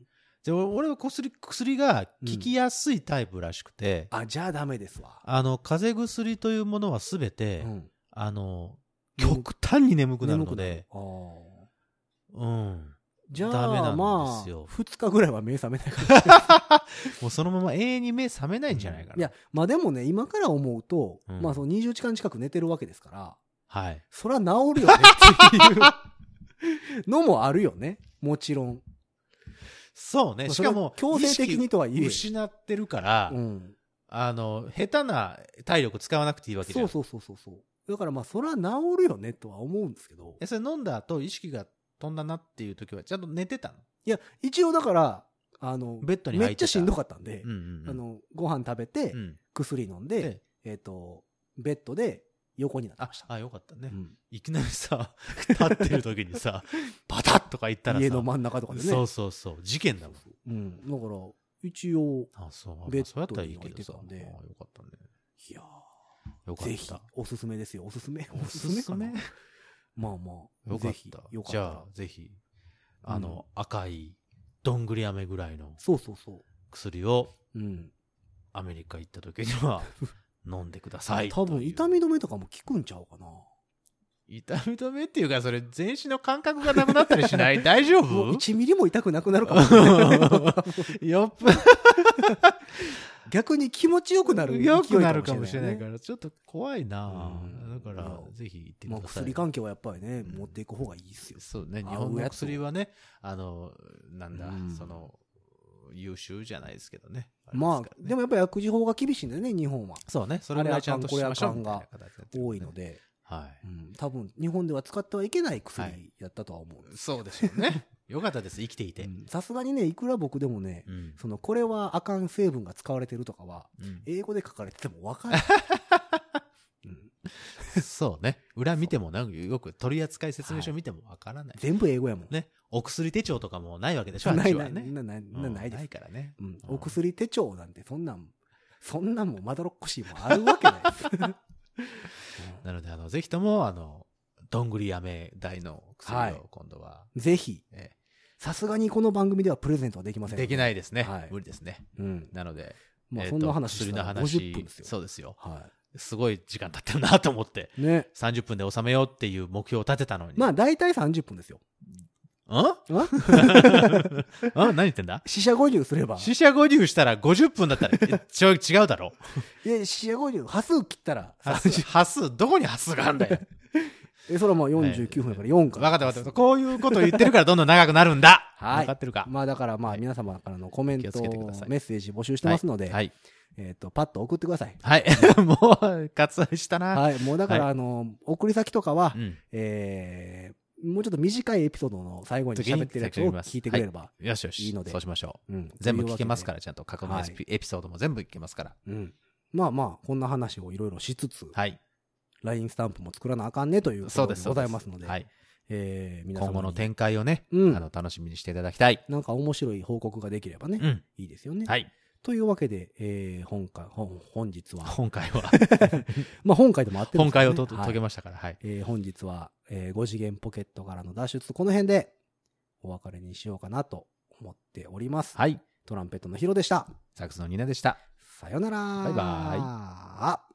Speaker 3: で俺俺は薬薬が効きやすいタイプらしくて、
Speaker 1: あ、じゃあダメですわ。
Speaker 3: あの、風邪薬というものはすべて、
Speaker 1: うん。
Speaker 3: あの、極端に眠くなるの
Speaker 1: 眠
Speaker 3: で、
Speaker 1: くなる。ああ。
Speaker 3: うん。
Speaker 1: じゃ
Speaker 3: ダメな
Speaker 1: あ、
Speaker 3: ん
Speaker 1: まあ、
Speaker 3: ですよ
Speaker 1: 2日ぐらいは目覚めないから。
Speaker 3: もうそのまま永遠に目覚めないんじゃないかな。
Speaker 1: いや、まあでもね、今から思うと、
Speaker 3: うん
Speaker 1: まあその20時間近く寝てるわけですから、
Speaker 3: はい。
Speaker 1: そりゃ治るよねっていう のもあるよね。もちろん。
Speaker 3: そうね。
Speaker 1: まあ
Speaker 3: しかも、
Speaker 1: それは強制的にとは
Speaker 3: 意
Speaker 1: 言え
Speaker 3: 識失ってるから、
Speaker 1: うん。
Speaker 3: あの、下手な体力使わなくていいわけじゃ
Speaker 1: そ
Speaker 3: ん。
Speaker 1: うそうそうそうそう。だからまあそりゃ治るよねとは思うんですけど。
Speaker 3: えそれ飲んだ後、意識が飛んだなっていう時は、ちゃんと寝てたの
Speaker 1: いや、一応だから、あの、
Speaker 3: ベッドに入
Speaker 1: め
Speaker 3: ってた
Speaker 1: っちゃしんどかったんで、
Speaker 3: うんうんうん。
Speaker 1: あの、ご飯食べて、
Speaker 3: うん、
Speaker 1: 薬飲ん
Speaker 3: で
Speaker 1: で、えっ、と、ベッドで横になって
Speaker 3: あ
Speaker 1: ました。、
Speaker 3: あ、よかったね。
Speaker 1: うん
Speaker 3: いきなりさ、立ってる時に さ、パタッとか言ったらさ、
Speaker 1: 家の真ん中とかでね。
Speaker 3: そうそうそう、事件だもん。
Speaker 1: うん。だから、一応、
Speaker 3: あ、そう。
Speaker 1: ベッドに
Speaker 3: ベッそうやったらいいけどさ。
Speaker 1: 置
Speaker 3: あ
Speaker 1: い
Speaker 3: あ
Speaker 1: てたんで
Speaker 3: よかったね。
Speaker 1: いや
Speaker 3: よ
Speaker 1: ー
Speaker 3: か
Speaker 1: ぜひ
Speaker 3: った。、
Speaker 1: おすすめですよ。おすすめ
Speaker 3: おすす
Speaker 1: かな
Speaker 3: め
Speaker 1: まあまあ、
Speaker 3: よか
Speaker 1: ぜ
Speaker 3: っ
Speaker 1: ひ、
Speaker 3: た。
Speaker 1: よかった
Speaker 3: じ
Speaker 1: ら
Speaker 3: ゃあ、ぜひ、あの、赤い、どんぐり飴ぐらいの
Speaker 1: そうそうそ
Speaker 3: 薬を
Speaker 1: う。うん。
Speaker 3: アメリカ行った時に は飲んでください。
Speaker 1: 多分、痛。み止めとかも効くんちゃうかな。
Speaker 3: 痛み止めっていうか、それ全身の感覚がなくなったりしない 大丈
Speaker 1: もう
Speaker 3: 夫
Speaker 1: 1ミリも痛くなくなるかもしれ ない。
Speaker 3: よっぱ
Speaker 1: 逆に気持ちよくなる勢い
Speaker 3: よくなるかもしれない
Speaker 1: ね
Speaker 3: から、ちょっと怖いな
Speaker 1: うん
Speaker 3: だか
Speaker 1: い
Speaker 3: ら
Speaker 1: や、
Speaker 3: ぜひ行ってく
Speaker 1: まあ、
Speaker 3: ださい
Speaker 1: 薬。関係はやっぱりね、
Speaker 3: うん
Speaker 1: 持っていく方がいいですよ。
Speaker 3: そうね、
Speaker 1: 合う
Speaker 3: 日本の
Speaker 1: やつを
Speaker 3: 薬はね、あの、なんだ、
Speaker 1: うん
Speaker 3: その、優秀じゃないですけどね。
Speaker 1: まあ、で
Speaker 3: も、
Speaker 1: もやっぱり薬事法が厳しいんだよね、日本は。
Speaker 3: そうね、それぐらいちゃんとしましょうみたいな形になってる
Speaker 1: 多いの。で、
Speaker 3: は
Speaker 1: うん、多分日本では使ってはいけない
Speaker 3: は
Speaker 1: 薬
Speaker 3: い
Speaker 1: やったとは思うんで
Speaker 3: い。
Speaker 1: す。
Speaker 3: そうでしょ うね。よかったです、生きていて。
Speaker 1: うんさすがにね、いくら僕でもね、
Speaker 3: うん
Speaker 1: その、これはあかん成分が使われてるとかは、
Speaker 3: うん
Speaker 1: 英語で書かれててもわ かんない。うん
Speaker 3: そうね。裏見ても、なんかよく取扱説明書見てもわからない。
Speaker 1: 全部英語やもん。
Speaker 3: ね。お薬手帳とかもないわけでしょ、
Speaker 1: な
Speaker 3: あ
Speaker 1: い
Speaker 3: っ
Speaker 1: な
Speaker 3: ち
Speaker 1: い、
Speaker 3: はね。
Speaker 1: なない、
Speaker 3: うん
Speaker 1: なないです。
Speaker 3: からね。
Speaker 1: うん、
Speaker 3: うん
Speaker 1: お薬手帳なんてそんなん、そんなんもまどろっこしいもんあるわけないです。
Speaker 3: なので、あの、ぜひとも、あの、どんぐり飴大の
Speaker 1: は
Speaker 3: 薬
Speaker 1: い
Speaker 3: を今度は、
Speaker 1: ぜひ、
Speaker 3: え
Speaker 1: さすがにこの番組ではプレゼントはできません。
Speaker 3: できないですね
Speaker 1: はい。
Speaker 3: 無理ですね。
Speaker 1: うん。
Speaker 3: なので、
Speaker 1: まあ、
Speaker 3: えー
Speaker 1: そ
Speaker 3: と
Speaker 1: んな話し
Speaker 3: 薬
Speaker 1: た
Speaker 3: の
Speaker 1: ら
Speaker 3: 話
Speaker 1: 50分ですよ。
Speaker 3: そうですよ。
Speaker 1: は
Speaker 3: すごい時間経ってるなと思って、
Speaker 1: い。ね。
Speaker 3: 30分で収めようっていう目標を立てたのに。
Speaker 1: まあ、大体30分ですよ。
Speaker 3: あ、
Speaker 1: あ
Speaker 3: んん何言ってんだ
Speaker 1: 死者50すれば。
Speaker 3: 死者五流したら50分だったら、 えちょ違うだろ。
Speaker 1: いや、死者50、波数切ったら、
Speaker 3: 端数、端数どこに端数があるん だよ。
Speaker 1: え、それはもう49分だから4か
Speaker 3: 分
Speaker 1: ら。
Speaker 3: かった分かった。こういうことを言ってるからどんどん長くなるんだ。
Speaker 1: はい
Speaker 3: 分かってるか。
Speaker 1: まあだからまあ
Speaker 3: はい
Speaker 1: 皆様からのコメン
Speaker 3: 気を
Speaker 1: ト、
Speaker 3: つ
Speaker 1: メ
Speaker 3: けてください
Speaker 1: ッセージ募集してますので、
Speaker 3: はい。
Speaker 1: えっと、パッと送ってください。
Speaker 3: はい。 もう、割愛したな。
Speaker 1: はい。もうだか
Speaker 3: は
Speaker 1: らあの、送り先とかは
Speaker 3: う、ん。
Speaker 1: えーもうちょっと短いエピソードの最後に喋ってるやつを聞いてくれれば。
Speaker 3: よしよし。
Speaker 1: いいので
Speaker 3: そうしましょ
Speaker 1: うん
Speaker 3: う。全部聞けますか。ら、
Speaker 1: と
Speaker 3: ちゃんと過去のエスピエピソードも全部聞けますから。
Speaker 1: いうわけでうん。まあまあ、こんな話をいろいろしつつ、
Speaker 3: はい。
Speaker 1: LINE スタンプも作らなあかんねというこ
Speaker 3: そ
Speaker 1: と
Speaker 3: うです。
Speaker 1: ございますので、
Speaker 3: はい。
Speaker 1: えー皆様
Speaker 3: 今
Speaker 1: に
Speaker 3: 後の展開をね、あ
Speaker 1: うん
Speaker 3: の、楽しみにしていただきたい。
Speaker 1: なんか面白い報告ができればね、
Speaker 3: うん。
Speaker 1: い いですよね。
Speaker 3: はい。
Speaker 1: というわけで、えー本回、本本日は、
Speaker 3: 今回 は、
Speaker 1: まあ本回でもあってるんで
Speaker 3: 今
Speaker 1: すけ
Speaker 3: 回
Speaker 1: どね
Speaker 3: をと遂げ
Speaker 1: はい
Speaker 3: ましたから、はい。
Speaker 1: えー本日は、え5次元ポケットからの脱出、この辺でお別れにしようかなと思っております。
Speaker 3: はい。
Speaker 1: トランペットのヒロでした。
Speaker 3: サックスのニナでした。
Speaker 1: さよなら。
Speaker 3: バイバ
Speaker 1: イ。